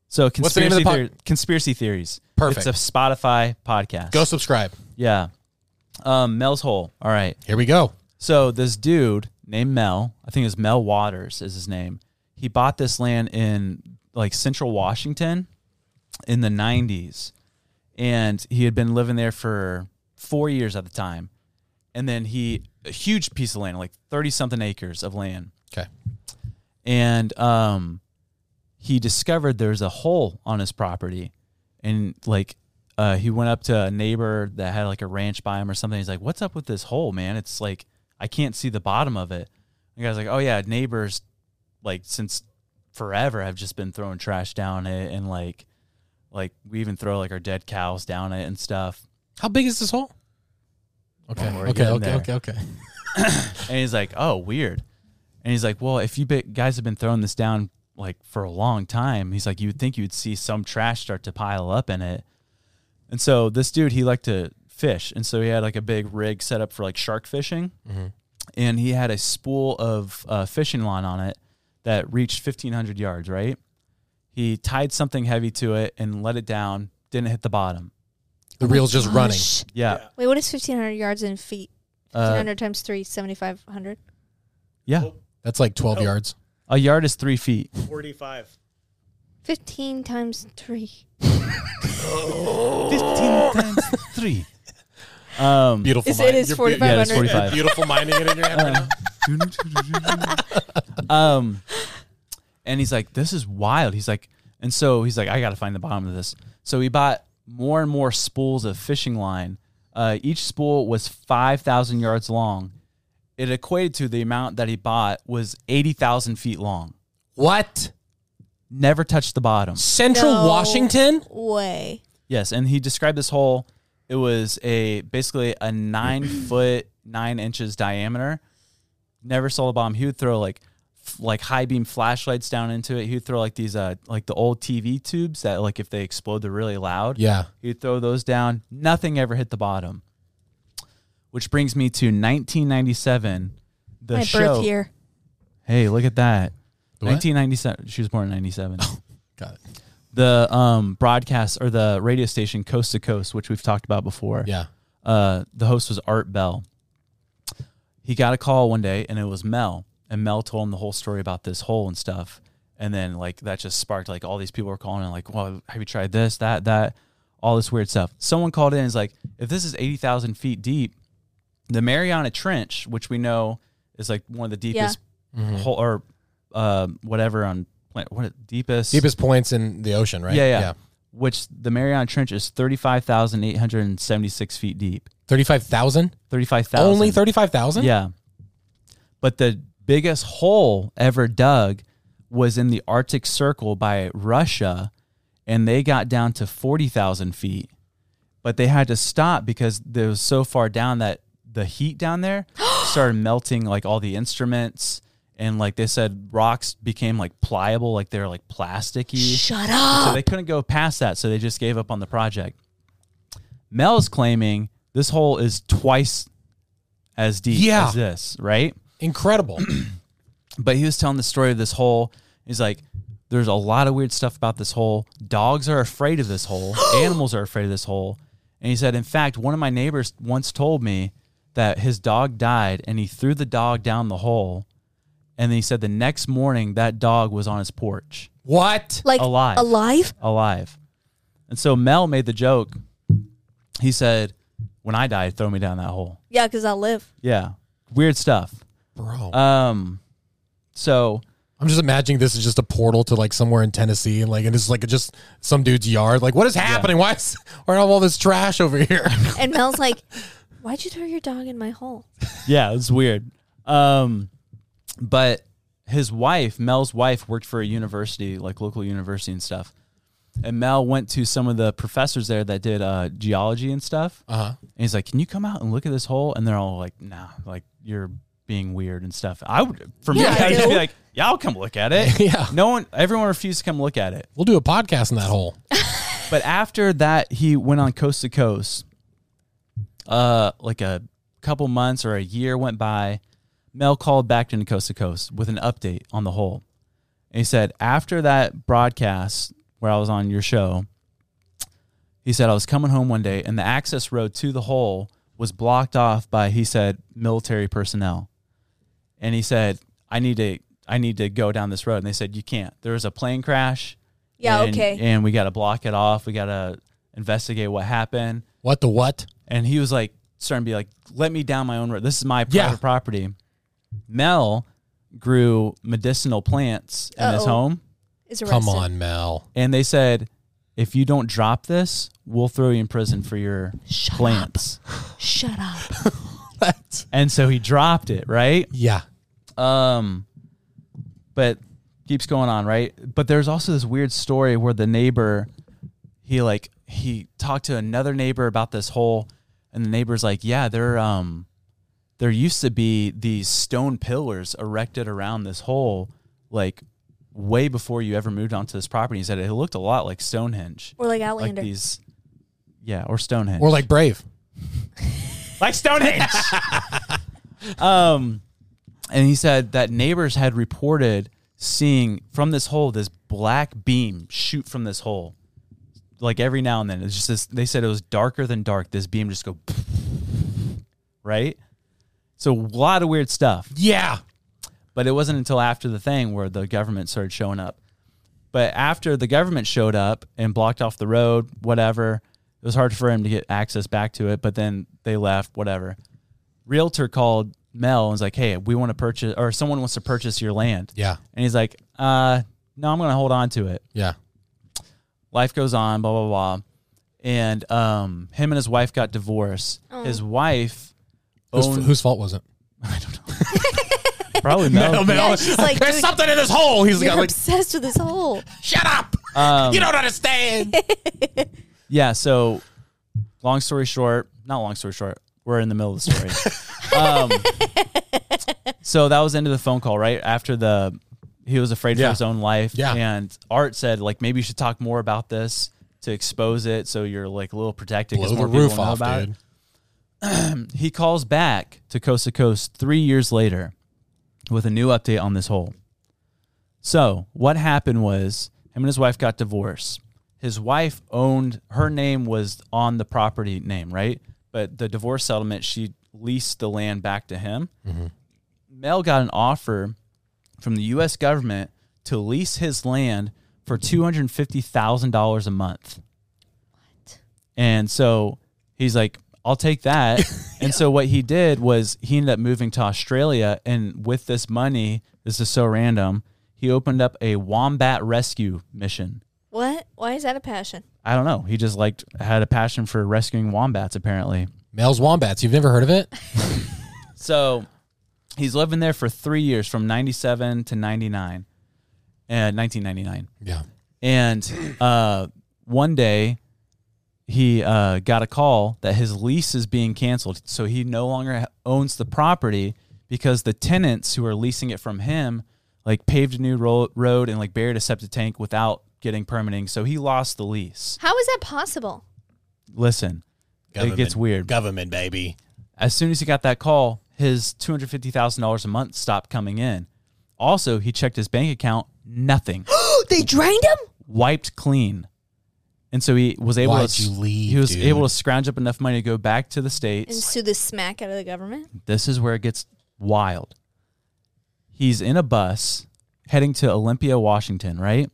S7: So
S5: What's the name of
S7: conspiracy
S5: the pod-
S7: theory, conspiracy theories.
S5: Perfect.
S7: It's a Spotify podcast.
S5: Go subscribe.
S7: Yeah. Um, Mel's Hole. All right.
S5: Here we go.
S7: So this dude named Mel, I think it was Mel Waters is his name. He bought this land in like central Washington in the 90s. And he had been living there for four years at the time. And then he, a huge piece of land, like 30 something acres of land.
S5: Okay.
S7: And um, he discovered there's a hole on his property. And like, uh, he went up to a neighbor that had like a ranch by him or something. He's like, "What's up with this hole, man? It's like I can't see the bottom of it." The guy's like, "Oh yeah, neighbors, like since forever, have just been throwing trash down it, and like, like we even throw like our dead cows down it and stuff."
S5: How big is this hole? Okay.
S7: Don't worry,
S5: Okay.
S7: get in
S5: Okay.
S7: there.
S5: Okay. Okay.
S7: And he's like, "Oh, weird." And he's like, "Well, if you be- guys have been throwing this down like for a long time, he's like, you'd think you'd see some trash start to pile up in it." And so this dude, he liked to fish, and so he had like a big rig set up for like shark fishing, and he had a spool of uh, fishing line on it that reached fifteen hundred yards. Right, he tied something heavy to it and let it down. Didn't hit the bottom.
S5: The reel's just running.
S6: Gosh.
S7: Yeah.
S6: Oh, Wait, what is 1,500 yards in feet?
S7: Uh,
S6: 1,500 times 3, 7,500.
S7: yeah.
S5: That's like 12 yards.
S7: A yard is three feet.
S8: 45.
S6: 15 times 3.
S7: 15 times three. Um,
S5: Beautiful.
S6: It's, it is
S5: You're-
S6: 4,500.
S7: yeah, it's 45.
S5: Beautiful minding it in your head right now.
S7: um, and he's like, "This is wild." He's like, and so he's like, "I got to find the bottom of this." So he bought more and more spools of fishing line. Uh, each spool was five thousand yards long. It equated to the amount that he bought was eighty thousand feet long.
S5: What?
S7: Never touched the bottom.
S5: Central
S6: No.
S5: Washington?
S6: Way.
S7: Yes, and he described this hole. It was a basically a nine foot nine inches diameter. Never saw the bomb. He would throw like f- like high beam flashlights down into it. He would throw like these uh like the old TV tubes that like if they explode they're really loud.
S5: Yeah.
S7: He would throw those down. Nothing ever hit the bottom. Which brings me to 1997. The
S6: My
S7: show.
S6: birth year.
S7: Hey, look at that.
S5: What?
S7: 1997. She was born in 97
S5: Got it.
S7: the um, broadcast or the radio station Coast to Coast, which we've talked about before.
S5: Yeah.
S7: Uh, the host was Art Bell. He got a call one day, and it was Mel, and Mel told him the whole story about this hole and stuff. And then like that just sparked like all these people were calling and like, well, have you tried this, that, that, all this weird stuff. Someone called in and is like, if this is eighty thousand feet deep, the Mariana Trench, which we know is like one of the deepest hole or uh, whatever on planet, what deepest
S5: Deepest points in the ocean, right?
S7: yeah, yeah, Which the Mariana Trench is thirty-five thousand eight hundred and seventy-six feet deep.
S5: 35,000?
S7: Thirty-five thousand.
S5: Only 35,000?
S7: Yeah. But the biggest hole ever dug was in the Arctic Circle by Russia, and they got down to forty thousand feet, but they had to stop because they was so far down that the heat down there started melting like all the instruments. And like they said, rocks became like pliable, like they're like plasticky.
S6: Shut
S7: So
S6: up.
S7: they couldn't go past that, so they just gave up on the project. Mel's claiming this hole is twice as deep
S5: Yeah.
S7: as this, right?
S5: Incredible.
S7: But he was telling the story of this hole. He's like, there's a lot of weird stuff about this hole. Dogs are afraid of this hole. Animals are afraid of this hole. And he said, in fact, one of my neighbors once told me that his dog died and he threw the dog down the hole. And then he said the next morning that dog was on his porch
S5: what?
S6: Like
S7: alive.
S6: Alive?
S7: alive. And so Mel made the joke. He said, "When I die, throw me down that hole."
S6: Yeah, because I'll live.
S7: Yeah, weird stuff.
S5: Bro.
S7: Um, so
S5: I'm just imagining this is just a portal to like somewhere in Tennessee and like, and it's like just some dude's yard. Like, what is happening? Why is, why do I have all this trash over here?
S6: And Mel's like, why'd you throw your dog in my hole?
S7: yeah, it's weird. Um, but his wife, Mel's wife, worked for a university, like local university and stuff. And Mel went to some of the professors there that did uh, geology and stuff. Uh-huh. And he's like, "Can you come out and look at this hole?" And they're all like, "Nah, like you're being weird and stuff." I would, for me,
S6: Yeah, I
S7: I'd just
S6: do.
S7: be like, "Yeah, I'll come look at it."
S5: Yeah.
S7: No one, everyone refused to come look at it.
S5: We'll do a podcast in that hole.
S7: But after that, he went on coast to coast. Uh, like a couple months or a year went by. Mel called back into coast to coast with an update on the hole. And he said, after that broadcast where I was on your show, he said, I was coming home one day and the access road to the hole was blocked off by, he said, military personnel. And he said, I need to, I need to go down this road. And they said, you can't. There was a plane crash.
S6: Yeah,
S7: and-
S6: okay.
S7: And we got to block it off. We got to investigate what happened.
S5: What the what?
S7: And he was like, starting to be like, let me down my own road. This is my private
S5: Yeah.
S7: property. Mel grew medicinal plants in his
S6: Uh-oh.
S7: home.
S6: Is arrested.
S5: Come on, Mel.
S7: And they said, if you don't drop this, we'll throw you in prison for your
S6: Shut
S7: plants.
S6: Shut up.
S5: What?
S7: And so he dropped it, right?
S5: Yeah.
S7: Um, but keeps going on, right? But there's also this weird story where the neighbor, he like he talked to another neighbor about this hole, and the neighbor's like, yeah, there um, there used to be these stone pillars erected around this hole, like way before you ever moved onto this property. He said it looked a lot like Stonehenge,
S6: Or like
S7: like
S6: Outlander.
S7: these, yeah, or Stonehenge,
S5: Or like Brave.
S7: like Stonehenge. um, and he said that neighbors had reported seeing from this hole this black beam shoot from this hole, like every now and then it's just this they said it was darker than dark this beam just go right so a lot of weird stuff
S5: Yeah.
S7: but it wasn't until after the thing where the government started showing up. But after the government showed up and blocked off the road, whatever, it was hard for him to get access back to it. But then they left, whatever. Realtor called Mel and was like, "Hey, we want to purchase, or someone wants to purchase your land."
S5: Yeah.
S7: And he's like, "Uh, no, I'm going to hold on to it."
S5: Yeah.
S7: life goes on, blah blah blah. And um, him and his wife got divorced. His wife
S5: Whose,
S7: owned
S5: whose fault was it?
S7: probably Mel.
S6: Yeah, she's like,
S5: There's
S6: dude,
S5: something in this hole. He's
S6: You're
S5: got like,
S6: obsessed with this hole.
S5: shut up.
S7: Um,
S5: you don't understand.
S7: Yeah. So, long story short, not long story short, we're in the middle of the story. um, so that was the end of the phone call, right after the he was afraid
S5: Yeah.
S7: for his own life.
S5: Yeah.
S7: And Art said like maybe you should talk more about this to expose it so you're like a little protected. 'cause
S5: Blow
S7: more
S5: the
S7: people
S5: roof
S7: will know
S5: off,
S7: about it.
S5: dude.
S7: He calls back to Coast to Coast three years later with a new update on this hole. So, what happened was him and his wife got divorced. His wife owned, her name was on the property name, right? But the divorce settlement, she leased the land back to him. Mel got an offer from the US government to lease his land for $250,000 a month. And so he's like, I'll take that. And so what he did was he ended up moving to Australia. And with this money, this is so random, he opened up a wombat rescue mission.
S6: What? Why is that a passion?
S7: I don't know. He just liked, had a passion for rescuing wombats, apparently.
S5: Mel's Wombats. You've never heard of it?
S7: So he's living there for three years from 97 to 99, uh, 1999.
S5: Yeah.
S7: And uh, one day, he uh, got a call that his lease is being canceled. So he no longer ha- owns the property because the tenants who are leasing it from him like paved a new ro- road and like buried a septic tank without getting permitting. So he lost the lease.
S6: How is that possible?
S7: Listen, it gets weird.
S5: Government, baby.
S7: As soon as he got that call, his $250,000 a month stopped coming in. Also, he checked his bank account, nothing.
S6: they drained him.
S7: wiped clean. And so he was able
S5: Why'd
S7: to
S5: you leave,
S7: he was
S5: dude?
S7: able to scrounge up enough money to go back to the
S6: And
S7: states.
S6: sue the smack out of the government.
S7: This is where it gets wild. He's in a bus heading to Olympia, Washington, right?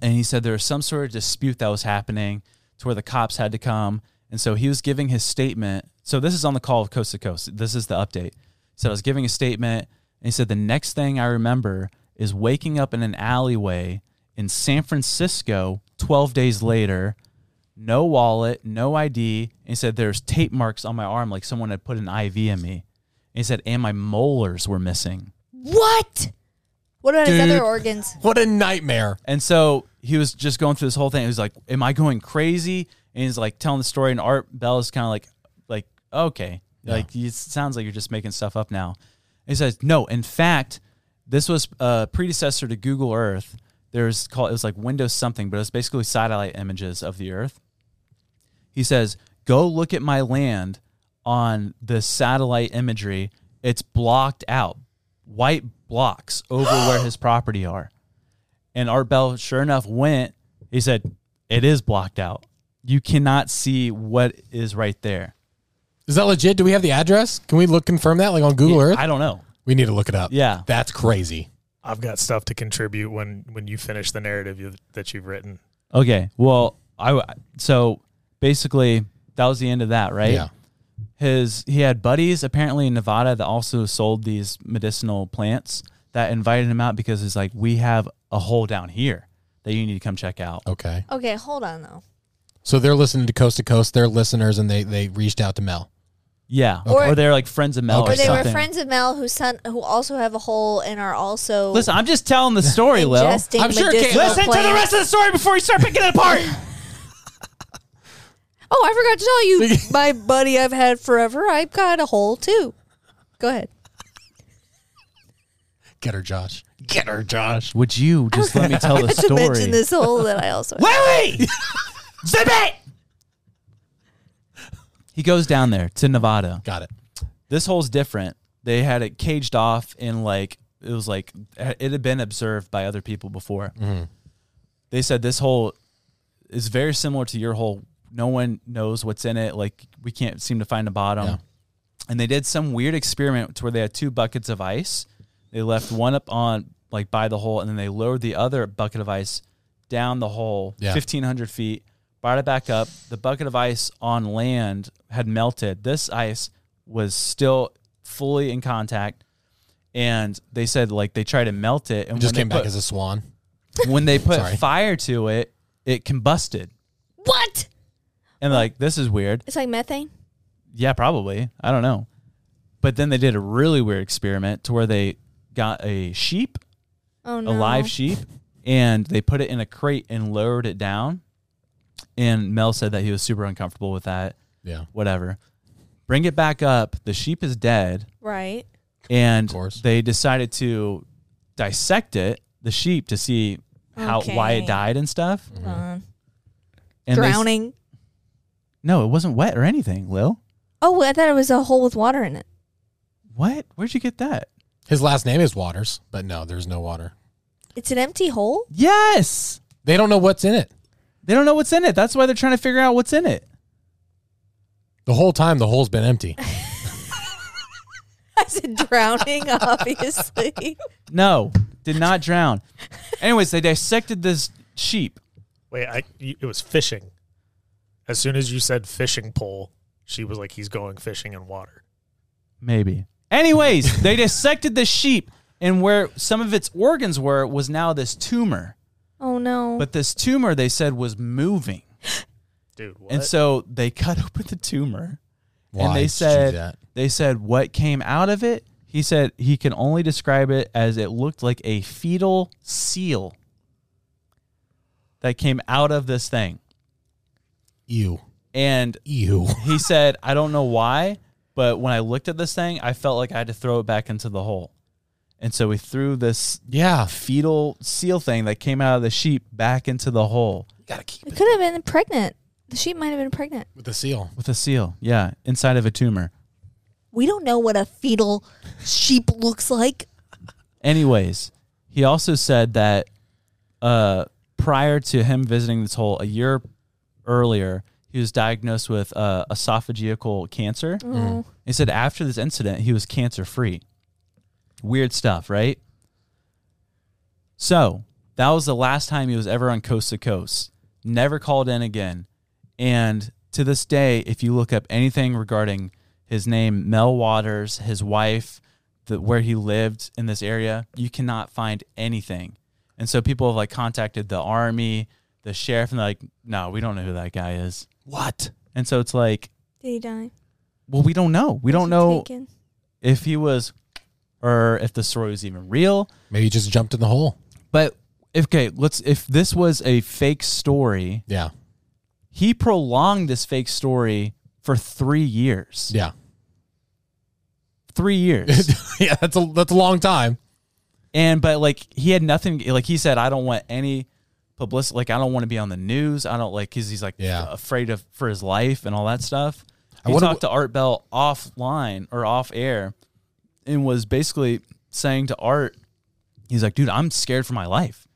S7: And he said there was some sort of dispute that was happening to where the cops had to come. And so he was giving his statement. So this is on the call of Coast to Coast. This is the update. So I was giving a statement, and he said, The next thing I remember is waking up in an alleyway in San Francisco 12 days later, no wallet, no ID. And he said, There's tape marks on my arm, like someone had put an IV in me. And he said, And my molars were missing.
S6: What? What about his
S5: Dude.
S6: other organs?
S5: What a nightmare.
S7: And so he was just going through this whole thing. He was like, "Am I going crazy?" And he's like telling the story. And Art Bell is kind of like, "Like okay, like it sounds like you're just making stuff up now." And he says, "No, in fact, this was a predecessor to Google Earth. There's called it was like Windows something, but it was basically satellite images of the Earth." He says, "Go look at my land on the satellite imagery. It's blocked out, white blocks over where his property are." And Art Bell, sure enough, went. He said, It is blocked out. You cannot see what is right there.
S5: Is that legit? Do we have the address? Can we look confirm that like on Google Earth?
S7: I don't know.
S5: we need to look it up.
S7: Yeah.
S5: That's crazy.
S8: I've got stuff to contribute when when you finish the narrative you, that you've written.
S7: Okay. Well, I w- so basically that was the end of that, right?
S5: Yeah.
S7: His he had buddies apparently in Nevada that also sold these medicinal plants that invited him out because it's like we have a hole down here that you need to come check out.
S5: Okay.
S6: Okay, hold on though.
S5: So they're listening to Coast to Coast. They're listeners and they they reached out to Mel.
S7: Yeah.
S6: Or-
S7: Or, they're like friends of Mel
S5: Okay.
S7: or,
S6: Or they
S7: something.
S6: were friends of Mel who son who also have a hole and are also
S7: Listen, I'm just telling the story, Lil.
S6: ingesting
S5: I'm sure it
S6: medicinal
S5: can't- Listen
S7: Listen to the
S6: plants.
S7: rest of the story before you start picking it apart.
S6: Oh, I forgot to tell you, my buddy I've had forever. I've got a hole too. Go ahead.
S5: Get her, Josh. Get her, Josh.
S7: Would you just let me tell Oh, the
S6: To mention
S7: story?
S6: this hole that I also
S7: Lily! Zip it! He goes down there to Nevada.
S5: Got it.
S7: This hole's different. They had it caged off and like it was like it had been observed by other people before. They said this hole is very similar to your whole. No one knows what's in it. Like we can't seem to find the bottom. And they did some weird experiment to where they had two buckets of ice. They left one up on like by the hole, and then they lowered the other bucket of ice down the hole,
S5: Yeah.
S7: fifteen hundred feet. Brought it back up. The bucket of ice on land had melted. This ice was still fully in contact. And they said like they tried to melt it and
S5: It just
S7: when they
S5: came back
S7: put-
S5: as a swan.
S7: when they put
S5: Sorry.
S7: fire to it, it combusted.
S6: What?
S7: And like, this is weird.
S6: It's like methane.
S7: Yeah, probably. I don't know. But then they did a really weird experiment to where they got a sheep,
S6: Oh
S7: a
S6: no.
S7: live sheep, and they put it in a crate and lowered it down. And Mel said that he was super uncomfortable with that.
S5: Yeah.
S7: Whatever. Bring it back up. The sheep is dead.
S6: Right.
S7: and
S5: course.
S7: they decided to dissect it, the sheep, to see how why
S6: Okay.
S7: it died Mm-hmm. and stuff.
S6: Fun.
S7: And they s-
S6: Drowning.
S7: no, it wasn't wet or anything, Lil.
S6: Oh, I thought it was a hole with water in it.
S7: What? Where'd you get that?
S5: His last name is Waters, but no, there's no water.
S6: It's an empty hole.
S7: Yes.
S5: They don't know what's in it.
S7: They don't know what's in it. That's why they're trying to figure out what's in it.
S5: The whole time the hole's been empty.
S6: I said drowning, obviously.
S7: No, did not drown. Anyways, they dissected this sheep.
S8: Wait, I you- it was fishing. As soon as you said fishing pole, she was like, "He's going fishing in water."
S7: Maybe. Anyways, they dissected the sheep, and where some of its organs were was now this tumor.
S6: Oh no.
S7: But this tumor, they said, was moving.
S8: Dude, what?
S7: And so they cut open the tumor
S5: Why
S7: and
S5: did
S7: they
S5: you
S7: said
S5: do that?
S7: they said what came out of it. He said he can only describe it as it looked like a fetal seal that came out of this thing.
S5: Ew.
S7: And
S5: Ew.
S7: he said, I don't know why, but when I looked at this thing, I felt like I had to throw it back into the hole. And so we threw this
S5: Yeah.
S7: fetal seal thing that came out of the sheep back into the hole
S5: Gotta keep
S6: it could have been pregnant. The sheep might have been pregnant.
S5: with the seal.
S7: with a seal. Yeah, inside of a tumor.
S6: We don't know what a fetal sheep looks like.
S7: Anyways, he also said that uh, prior to him visiting this hole a year earlier, he was diagnosed with uh, esophageal cancer. He said after this incident, he was cancer free. Weird stuff, right? So that was the last time he was ever on coast to coast. Never called in again. And to this day, if you look up anything regarding his name, Mel Waters, his wife, the, where he lived in this area, you cannot find anything. And so people have like contacted the army, the sheriff, and they're like, no, we don't know who that guy is.
S5: What?
S7: And so it's like,
S6: Did he die?
S7: well, we don't know. We don't
S6: he
S7: know
S6: taken?
S7: if he was or if the story was even real.
S5: Maybe he just jumped in the hole.
S7: But if, okay, let's, if this was a fake story,
S5: Yeah.
S7: he prolonged this fake story for three years.
S5: Yeah.
S7: Three years.
S5: yeah, that's a that's a long time.
S7: And but like he had nothing. Like he said, I don't want any publicity. Like I don't want to be on the news. I don't like because he's like
S5: Yeah.
S7: afraid of for his life and all that stuff.
S5: I
S7: He
S5: wonder
S7: talked to Art Bell offline or off air, and was basically saying to Art, he's like, dude, I'm scared for my life.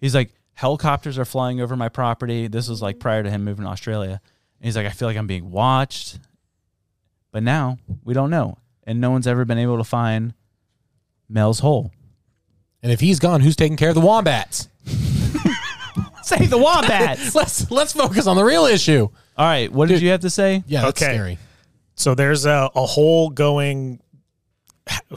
S7: He's like, helicopters are flying over my property. This was like prior to him moving to Australia. And he's like, I feel like I'm being watched. But now we don't know, and no one's ever been able to find Mel's hole.
S5: And if he's gone, who's taking care of the wombats?
S7: Save the wombats.
S5: Let's let's focus on the real issue.
S7: All right, what did you have to say?
S5: Yeah, that's
S8: Okay.
S5: scary.
S8: So there's a, a hole going,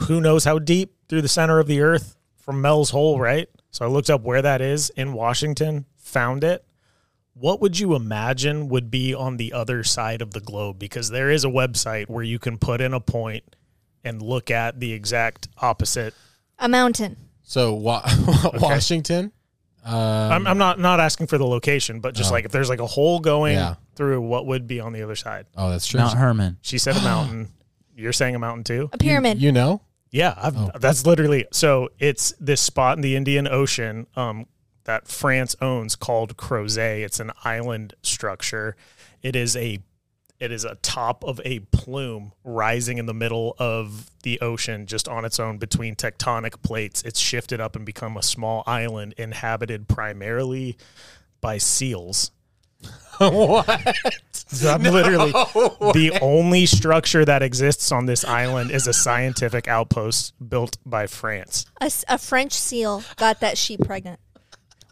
S8: who knows how deep through the center of the earth from Mel's Hole, right? So I looked up where that is in Washington, found it. What would you imagine would be on the other side of the globe? Because there is a website where you can put in a point and look at the exact opposite.
S6: A mountain.
S5: So wa- Washington,
S8: I'm, I'm not not asking for the location, but just like if there's like a hole going
S5: Yeah.
S8: through, what would be on the other side?
S5: Oh, that's true.
S7: Mount Herman.
S8: She said a mountain. You're saying a mountain too?
S6: A pyramid.
S5: You know?
S8: Yeah, I've, that's literally so. It's this spot in the Indian Ocean um, that France owns called Crozet. It's an island structure. It is a it is a top of a plume rising in the middle of the ocean, just on its own between tectonic plates. It's shifted up and become a small island inhabited primarily by seals.
S5: what?
S8: That Literally, the only structure that exists on this island is a scientific outpost built by France.
S6: A, s- a French seal got that sheep pregnant.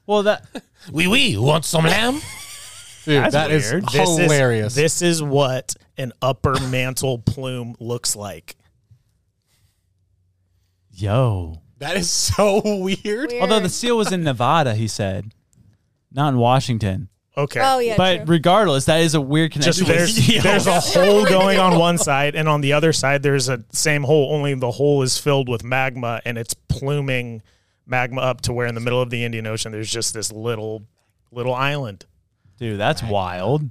S7: Well, that
S1: Wee wee, want some lamb?
S5: Dude, that is
S8: This is-
S5: hilarious.
S8: this is what an upper mantle plume looks like.
S7: yo.
S5: that is so weird.
S7: Although the
S6: Weird.
S7: seal was in Nevada, he said, not in Washington.
S8: Okay.
S6: oh yeah,
S7: But
S6: true.
S7: regardless, that is a weird
S8: just
S7: connection.
S8: there's there's a hole going on one side, and on the other side there's a same hole. Only the hole is filled with magma, and it's pluming magma up to where in the middle of the Indian Ocean there's just this little little island.
S7: Dude, that's wild.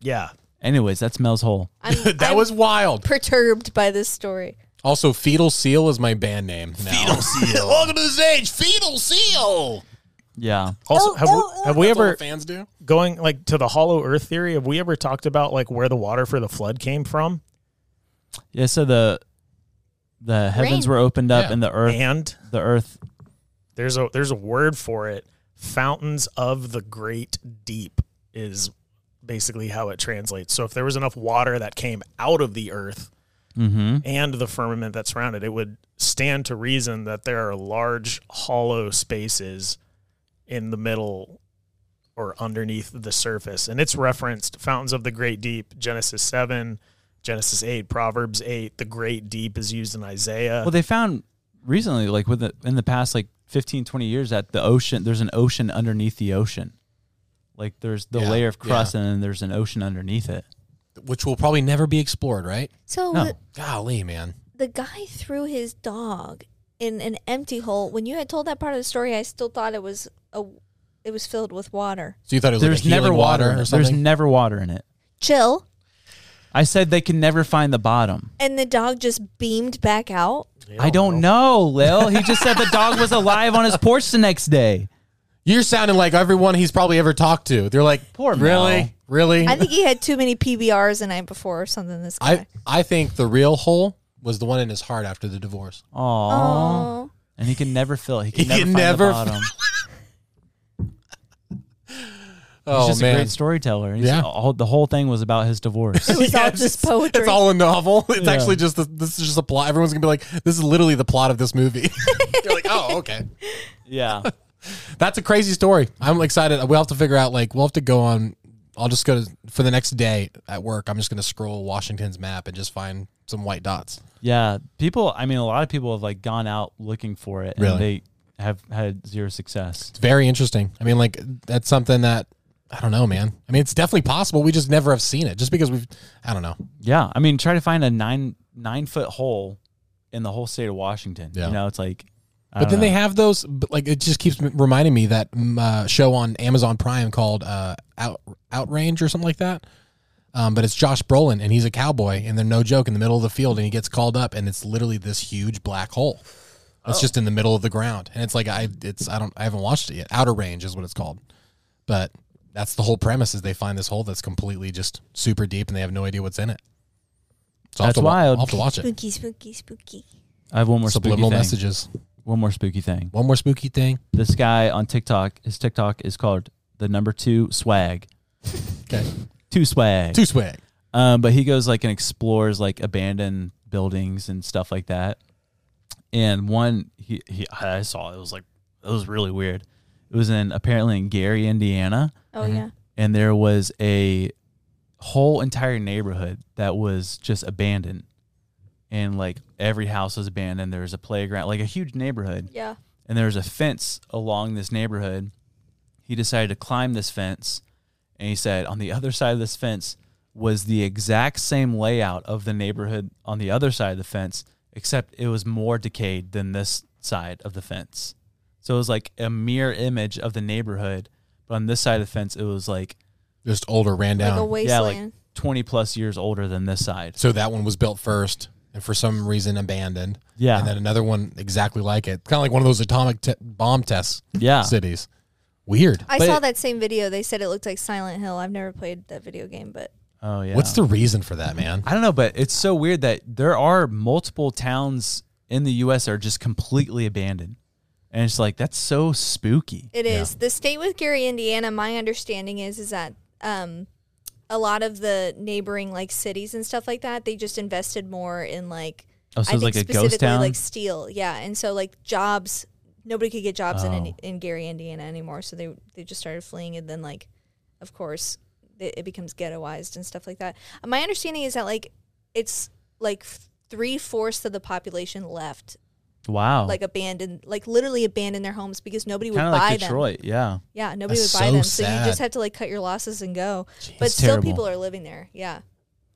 S8: Yeah,
S7: Anyways, that's Mel's hole.
S6: I'm,
S5: that
S6: I'm
S5: was wild.
S6: perturbed by this story.
S5: Also, Fetal Seal is my band name. Now. Fetal Seal. Welcome to the stage, Fetal Seal.
S7: Yeah.
S6: Oh,
S8: Also, have we, have we
S5: That's all
S8: ever
S5: the fans do?
S8: going like to the hollow Earth theory? Have we ever talked about like where the water for the flood came from?
S7: Yeah, so the the heavens
S6: Rain.
S7: were opened up
S5: Yeah.
S7: and the earth
S8: And
S7: the earth
S8: there's a there's a word for it. Fountains of the great deep is basically how it translates. So if there was enough water that came out of the earth
S7: Mm-hmm.
S8: and the firmament that surrounded it, would stand to reason that there are large hollow spaces in the middle or underneath the surface. And it's referenced fountains of the great deep, Genesis 7, Genesis 8, Proverbs 8. The great deep is used in Isaiah.
S7: Well, they found recently like with the, in the past like 15 20 years that the ocean there's an ocean underneath the ocean. Like there's the
S5: Yeah,
S7: layer of crust and then there's an ocean underneath it.
S5: Which will probably never be explored, right?
S6: So
S7: No.
S6: the,
S5: Golly, man.
S6: the guy threw his dog in an empty hole. When you had told that part of the story, I still thought it was a it was filled with water.
S5: So you thought it was
S7: There's
S5: like a
S7: never
S5: healing
S7: water.
S5: water,
S7: in
S5: or
S7: it. there's
S5: something?
S7: never water in it.
S6: Chill,
S7: I said they can never find the bottom.
S6: and the dog just beamed back out.
S7: I don't know, Lil. He just said the dog was alive on his porch the next day.
S5: You're sounding like everyone he's probably ever talked to. They're like,
S7: Poor
S5: really,
S7: Mel.
S5: really.
S6: I think he had too many PBRs the night before or something. This guy.
S5: I I think the real hole was the one in his heart after the divorce.
S7: Aww.
S6: oh,
S7: And he can never fill it. He can
S5: He
S7: never
S5: can
S7: find
S5: never
S7: the bottom.
S5: Oh
S7: Oh, He's just
S5: man,
S7: a great storyteller. He's
S5: Yeah.
S7: all, the whole thing was about his divorce.
S6: it was all just poetry.
S5: it's all a novel. It's
S7: Yeah.
S5: actually just the, this is just a plot. Everyone's gonna be like, this is literally the plot of this movie. You're like, oh okay,
S7: yeah.
S5: that's a crazy story. I'm excited. We'll have to figure out like we'll have to go on. I'll just go to for the next day at work. I'm just gonna scroll Washington's map and just find some white dots.
S7: Yeah. People, I mean, a lot of people have like gone out looking for it and
S5: Really?
S7: they have had zero success.
S5: It's very interesting. I mean, like that's something that I don't know, man. I mean, it's definitely possible. We just never have seen it, just because we've. I don't know.
S7: Yeah. I mean, try to find a nine, nine foot hole in the whole state of Washington.
S5: Yeah.
S7: You know, it's like, I
S5: But
S7: don't
S5: then they
S7: know.
S5: have those. But like, it just keeps m- reminding me that mm, uh, show on Amazon Prime called uh, Out Outrange or something like that. Um, but it's Josh Brolin, and he's a cowboy, and they're no joke in the middle of the field, and he gets called up, and it's literally this huge black hole.
S7: Oh.
S5: It's just in the middle of the ground, and it's like I, it's I don't, I haven't watched it yet. Outer Range is what it's called, but that's the whole premise is they find this hole that's completely just super deep, and they have no idea what's in it. So I'll have
S7: That's
S5: to wa-
S7: wild.
S5: I'll have to watch it.
S6: spooky, spooky, spooky.
S7: I have one more spooky
S5: Subliminal
S7: thing.
S5: messages.
S7: One more spooky thing.
S5: One more spooky thing.
S7: This guy on TikTok, his TikTok is called the number two swag.
S5: Okay.
S7: Two swag.
S5: Two swag.
S7: Um, but he goes like and explores like abandoned buildings and stuff like that. And one he, he I saw it was like it was really weird. It was in apparently in Gary, Indiana,
S6: Oh yeah,
S7: and there was a whole entire neighborhood that was just abandoned. And like every house was abandoned. There was a playground, like a huge neighborhood
S6: yeah.
S7: and there was a fence along this neighborhood. He decided to climb this fence, and he said on the other side of this fence was the exact same layout of the neighborhood on the other side of the fence, except it was more decayed than this side of the fence. So it was like a mirror image of the neighborhood, but on this side of the fence, it was like
S5: Just older, ran down.
S6: Like a
S7: yeah,
S6: wasteland.
S7: like twenty plus years older than this side.
S5: So that one was built first and for some reason abandoned.
S7: Yeah.
S5: And then another one exactly like it. Kind of like one of those atomic te- bomb tests
S7: Yeah,
S5: cities. Weird.
S6: I
S7: but
S6: saw
S7: it-
S6: that same video. They said it looked like Silent Hill. I've never played that video game, but
S7: oh yeah.
S5: What's the reason for that, man?
S7: I don't know, but it's so weird that there are multiple towns in the U.S. that are just completely abandoned, And it's like that's so spooky.
S6: It is the state with Gary, Indiana. My understanding is is that um, a lot of the neighboring like cities and stuff like that, they just invested more in like
S7: Oh, so
S6: I
S7: it's
S6: think
S7: like a ghost
S6: specifically
S7: town?
S6: like steel, yeah. And so like jobs, nobody could get jobs in
S7: Oh.
S6: in Gary, Indiana anymore. So they they just started fleeing, and then like, of course, it, it becomes ghettoized and stuff like that. My understanding is that like it's like three fourths of the population left
S7: Wow.
S6: like abandoned, like literally abandoned their homes because nobody would
S7: kind of
S6: buy
S7: Oh. like
S6: them.
S7: Detroit. Yeah.
S6: Yeah, nobody
S5: That's
S6: would buy
S5: so
S6: them. So you
S5: sad.
S6: just have to like cut your losses and go. but
S7: That's
S6: still,
S7: terrible.
S6: people are living there. Yeah,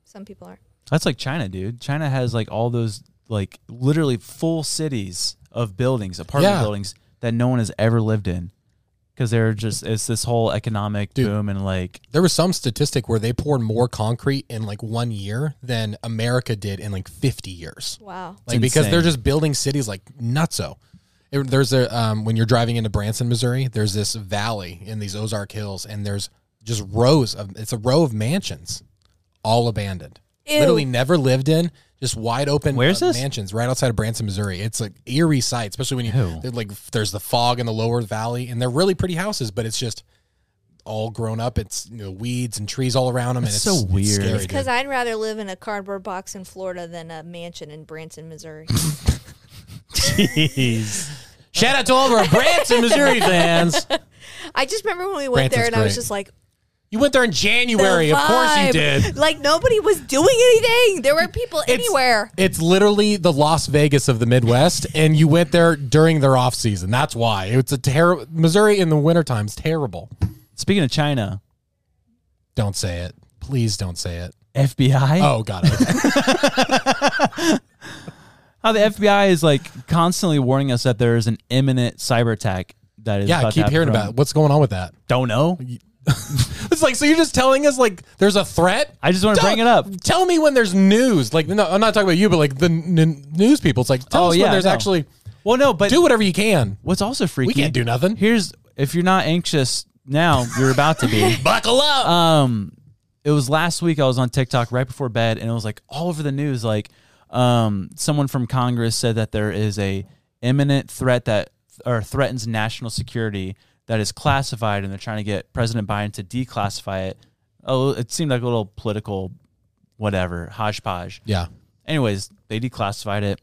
S6: some people are.
S7: That's like China, dude. China has like all those like literally full cities of buildings, apartment
S5: Yeah.
S7: buildings that no one has ever lived in because they're just it's this whole economic
S5: Dude.
S7: boom and like
S5: There was some statistic where they poured more concrete in like one year than America did in like 50 years.
S6: Wow.
S5: like because they're
S7: insane.
S5: just building cities like nutso. It, there's a um, when you're driving into Branson, Missouri, there's this valley in these Ozark Hills, and there's just rows of it's a row of mansions, all abandoned,
S6: Ew.
S5: literally never lived in, just wide open. uh,
S7: Where's this?
S5: mansions right outside of Branson, Missouri? It's like eerie sight, especially when you they're like there's the fog in the lower valley, and they're really pretty houses, but it's just all grown up. It's you know, weeds and trees all around them,
S7: That's
S5: and it's
S7: so
S5: it's
S7: weird.
S5: scary,
S7: It's
S5: dude.
S6: Because I'd rather live in a cardboard box in Florida than a mansion in Branson, Missouri.
S5: Shout out to all of our Branson, Missouri fans.
S6: I just remember when we went there
S5: Branson's
S6: and I was
S5: great.
S6: just like,
S5: You went there in
S6: the
S5: January. Of course you
S6: vibe.
S5: did.
S6: Like nobody was doing anything. There were people anywhere.
S5: It's literally the Las Vegas of the Midwest, and you went there during their off season. That's why it's a terrible Missouri in the wintertime is terrible.
S7: speaking of China,
S5: Don't say it, please. Don't say it.
S7: FBI.
S5: Oh God, okay.
S7: How the FBI is like constantly warning us that there is an imminent cyber attack that is
S5: yeah. I
S7: about to
S5: keep
S7: happen
S5: hearing
S7: from-
S5: about it. what's going on with that.
S7: Don't know.
S5: It's like so you're just telling us like there's a threat.
S7: I just want to
S5: Don't-
S7: bring it up.
S5: Tell me when there's news. Like no, I'm not talking about you, but like the n- news people. It's like tell
S7: Oh,
S5: us
S7: yeah,
S5: when there's
S7: no.
S5: actually
S7: Well, no, but
S5: do whatever you can.
S7: what's also freaky?
S5: can't do nothing.
S7: Here's if you're not anxious now, you're about to be.
S5: Buckle up.
S7: um it was last week I was on TikTok right before bed and it was like all over the news like um someone from Congress said that there is a imminent threat that or threatens national security that is classified and they're trying to get President Biden to declassify it. Oh, it seemed like a little political whatever, hodgepodge.
S5: yeah.
S7: Anyways, they declassified it.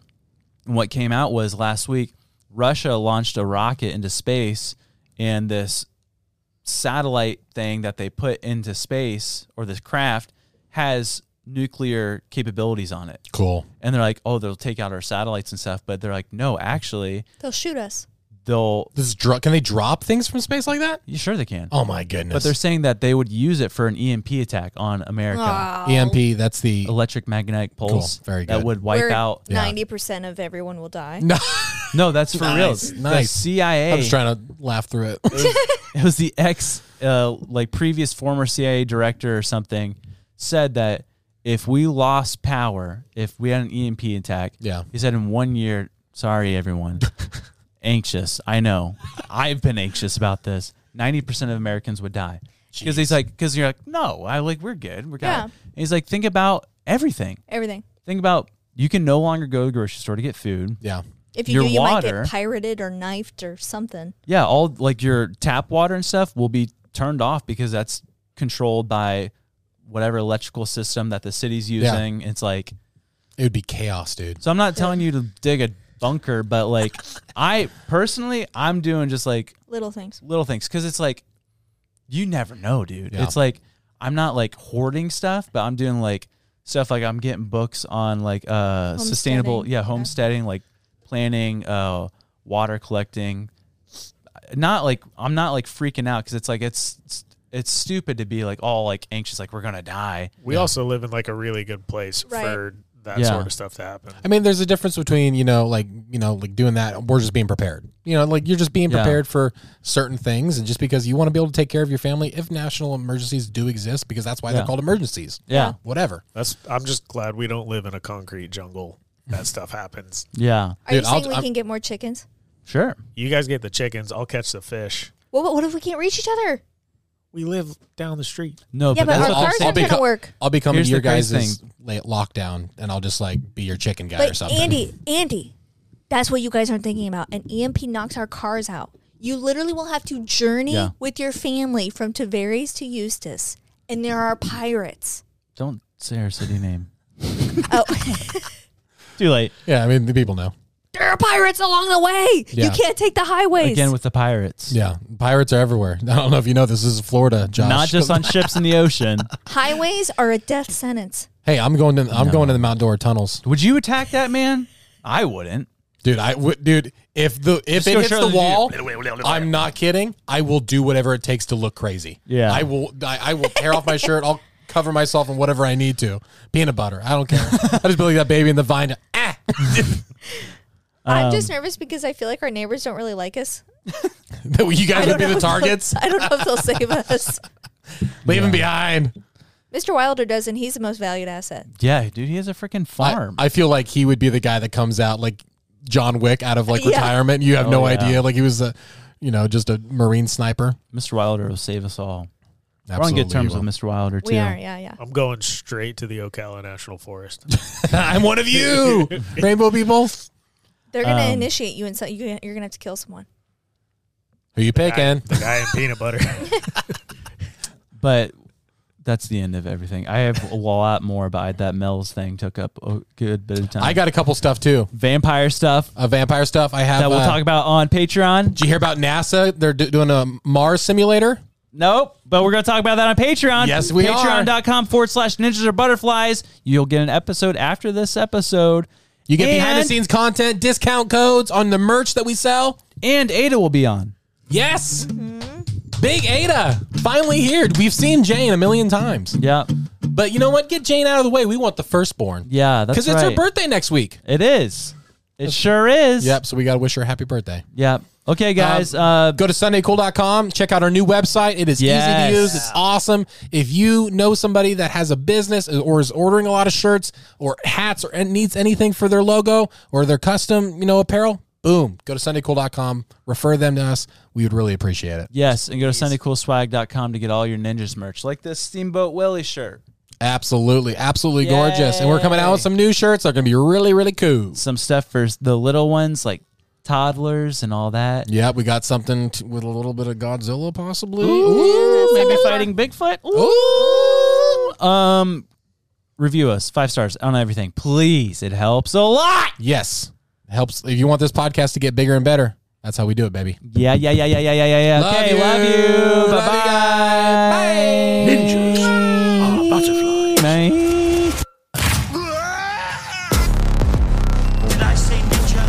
S7: And what came out was last week Russia launched a rocket into space and this satellite thing that they put into space or this craft has nuclear capabilities on it.
S5: Cool.
S7: And they're like, "Oh, they'll take out our satellites and stuff." But they're like, "No, actually,
S6: They'll shoot us.
S7: they'll
S5: This is dr- can they drop things from space like that?
S7: you sure they can."
S5: Oh my goodness.
S7: But they're saying that they would use it for an EMP attack on America.
S6: Oh.
S5: EMP. E That's the
S7: Electric magnetic pulse
S5: Very
S7: that
S5: good.
S7: would wipe
S6: Where
S7: out
S5: Yeah.
S6: ninety percent of everyone will die.
S5: no.
S7: No, that's for
S5: Nice,
S7: real.
S5: nice.
S7: The CIA.
S5: I'm just trying to laugh through it.
S7: it was the ex, uh, like previous former CIA director or something, said that if we lost power, if we had an E EMP attack,
S5: Yeah.
S7: he said in one year, sorry everyone, anxious. I know, I've been anxious about this. Ninety percent of Americans would die because he's like, because you're like, no, I like we're good, we're good.
S6: Yeah.
S7: And he's like, think about everything.
S6: Everything.
S7: Think about you can no longer go to the grocery store to get food.
S5: yeah.
S6: If you
S7: Your
S6: do, you might
S7: water-
S6: get pirated or knifed or something.
S7: Yeah, all like your tap water and stuff will be turned off because that's controlled by whatever electrical system that the city's using. It's like
S5: It would be chaos, dude.
S7: so I'm not telling you to dig a bunker, but like I personally I'm doing just like
S6: Little things.
S7: little things cuz it's like you never know, dude.
S5: Yeah.
S7: It's like I'm not like hoarding stuff, but I'm doing like stuff like I'm getting books on like uh sustainable
S6: Homesteading.
S7: yeah, homesteading like planning uh water collecting not like I'm not like freaking out because it's like it's it's- it's stupid to be like all like anxious like we're gonna die.
S8: We also live in like a really good place
S6: Right.
S8: for that
S7: Yeah.
S8: sort of stuff to happen.
S5: I mean, there's a difference between, you know, like, you know, like doing that. We're just being prepared. You know, like you're just being
S7: Yeah.
S5: prepared for certain things. And just because you want to be able to take care of your family, if national emergencies do exist, because that's why
S7: Yeah.
S5: they're called emergencies.
S7: Yeah.
S5: Whatever.
S8: That's I'm just glad we don't live in a concrete jungle. That stuff happens.
S7: Yeah.
S6: Are you
S5: Dude, I'll-
S6: saying we
S5: I'm-
S6: can get more chickens?
S7: Sure.
S8: You guys get the chickens. I'll catch the fish.
S6: What, what if we can't reach each other?
S8: We live down the street.
S7: No,
S6: Yeah,
S7: that's
S6: but our
S7: what I'm
S6: cars
S7: saying.
S6: aren't going to work.
S5: I'll be coming
S7: Here's
S5: to your
S7: the
S5: guys'
S7: crazy
S5: la- lockdown and I'll just like be your chicken guy or
S6: But
S5: something.
S6: Andy, Andy, That's what you guys aren't thinking about. An EMP knocks our cars out. You literally will have to journey
S7: Yeah.
S6: with your family from Tavares to Eustis, and there are pirates.
S7: Don't say our city name.
S6: Oh,
S7: Too late.
S5: Yeah, I mean the people know.
S6: there are pirates along the way.
S5: Yeah.
S6: You can't take the highways.
S7: Again with the pirates.
S5: Yeah, pirates are everywhere. I don't know if you know this, this is Florida, Josh.
S7: Not just on ships in the ocean.
S6: highways are a death sentence.
S5: Hey, I'm going to I'm going to the Mount Dora tunnels,
S7: Would you attack that man? I wouldn't.
S5: dude. I would, dude. If the if
S7: Just
S5: it
S7: go
S5: hits
S7: try
S5: the
S7: to do-
S5: wall, I'm not kidding. I will do whatever it takes to look crazy.
S7: Yeah.
S5: I will. I, I will tear off my shirt. I'll cover myself in whatever I need to. Peanut butter. I don't care. I just believe that baby in the vine. Ah,
S6: I'm just
S5: Um,
S6: nervous because I feel like our neighbors don't really like us.
S5: you guys would be the targets.
S6: I don't know if they'll save us.
S5: Leave him behind.
S6: Mr. Wilder doesn't. He's the most valued asset.
S7: Yeah, dude, he has a freaking
S5: I,
S7: farm.
S5: I feel like he would be the guy that comes out like John Wick out of like
S6: Yeah.
S5: retirement. You have
S7: Oh,
S5: no
S7: yeah.
S5: idea. Like he was a, you know, just a marine sniper.
S7: Mr. Wilder will save us all. We're
S5: Absolutely,
S7: on good terms
S5: he
S7: with
S5: will.
S7: Mr. Wilder too.
S6: We are, yeah, yeah.
S8: I'm going straight to the Ocala National Forest.
S5: I'm one of you, rainbow people.
S6: They're gonna
S7: Um,
S6: initiate you, and so you, you're gonna have to kill someone.
S5: Who you picking?
S8: the guy in peanut butter.
S7: But that's the end of everything. I have a lot more, but that Mel's thing took up a good bit of time.
S5: I got a couple stuff too.
S7: vampire stuff
S5: Uh, vampire stuff. I have.
S7: that we'll
S5: uh,
S7: talk about on Patreon.
S5: Did you hear about NASA? They're do- doing a Mars simulator.
S7: Nope, but we're going to talk about that on Patreon.
S5: Yes, we are.
S7: Patreon.com forward slash ninjas or butterflies. You'll get an episode after this episode.
S5: You get behind the
S7: And-
S5: scenes content, discount codes on the merch that we sell.
S7: And Ada will be on.
S5: Yes.
S7: Mm-hmm.
S5: Big Ada finally here. We've seen Jane a million times,
S7: Yeah.
S5: but you know what? Get Jane out of the way. We want the firstborn.
S7: Yeah, that's
S5: because it's her
S7: right.
S5: birthday next week.
S7: It is. It sure is.
S5: Yep. So we gotta wish her a happy birthday.
S7: Yep. Okay, guys. uh,
S5: Go to sundaycool.com. Check out our new website. It is
S7: Yes.
S5: easy to use. It's awesome. If you know somebody that has a business or is ordering a lot of shirts or hats or needs anything for their logo or their custom, you know, apparel, boom, go to sundaycool.com. Refer them to us. We would really appreciate it.
S7: yes, and go to sundaycoolswag.com to get all your ninjas merch, like this Steamboat Willie shirt.
S5: Absolutely. Absolutely gorgeous. And we're coming out with some new shirts. They're going to be really, really cool.
S7: some stuff for the little ones, like toddlers and all that.
S5: Yeah, we got something t- with a little bit of Godzilla, possibly. Ooh.
S7: Maybe fighting Bigfoot.
S5: Ooh.
S7: Um, review us five stars on everything, please. It helps a lot.
S5: Yes. Helps. If you want this podcast to get bigger and better, that's how we do it, baby.
S7: Yeah, yeah, yeah, yeah, yeah, yeah, yeah. yeah. Okay, love you. Bye, bye.
S9: Ninjas are butterflies.
S7: Bye.
S9: Did I say ninja?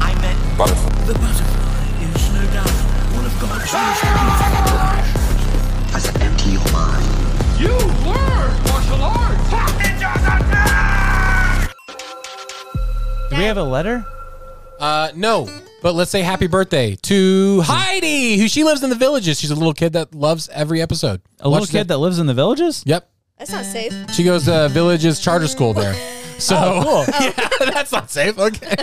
S9: I meant butterfly. The butterfly is no doubt one of God's most beautiful creations. As an empty your mind. You learn martial arts. Ninjas are
S7: Do we have a letter?
S5: Uh, no, but let's say happy birthday to Heidi, who she lives in the villages. She's a little kid that loves every episode.
S7: A little kid that lives in the villages?
S5: Yep,
S6: That's not safe.
S5: she goes to villages charter school there. So yeah, that's not safe. Okay.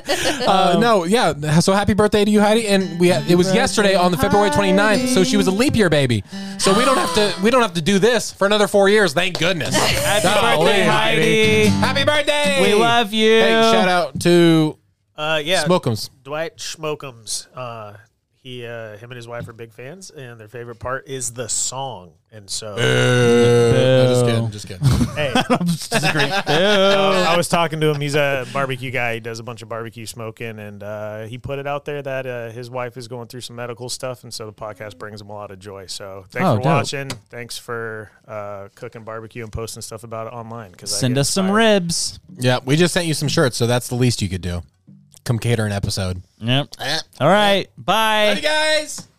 S5: Uh, no, yeah. So happy birthday to you, Heidi. And we it was yesterday on the February 29th. So she was a leap year baby. So we don't have to we don't have to do this for another four years. Thank goodness. happy
S7: birthday, Heidi.
S5: Happy birthday.
S7: We love you.
S5: Hey, shout out to
S8: Uh, yeah,
S5: Smokeums.
S8: Dwight Schmokums. Uh, he, uh, him and his wife are big fans, and their favorite part is the song. And so,
S5: No, just kidding. Just kidding.
S8: hey, Uh, I was talking to him. He's a barbecue guy. He does a bunch of barbecue smoking, and uh, he put it out there that uh, his wife is going through some medical stuff, and so the podcast brings him a lot of joy. So thanks
S7: Oh,
S8: for
S7: dope.
S8: watching. Thanks for uh, cooking barbecue and posting stuff about it online. Because
S7: Send us some ribs.
S5: Yeah, we just sent you some shirts, so that's the least you could do. Come cater an episode.
S7: Yep. All right. Bye.
S5: guys.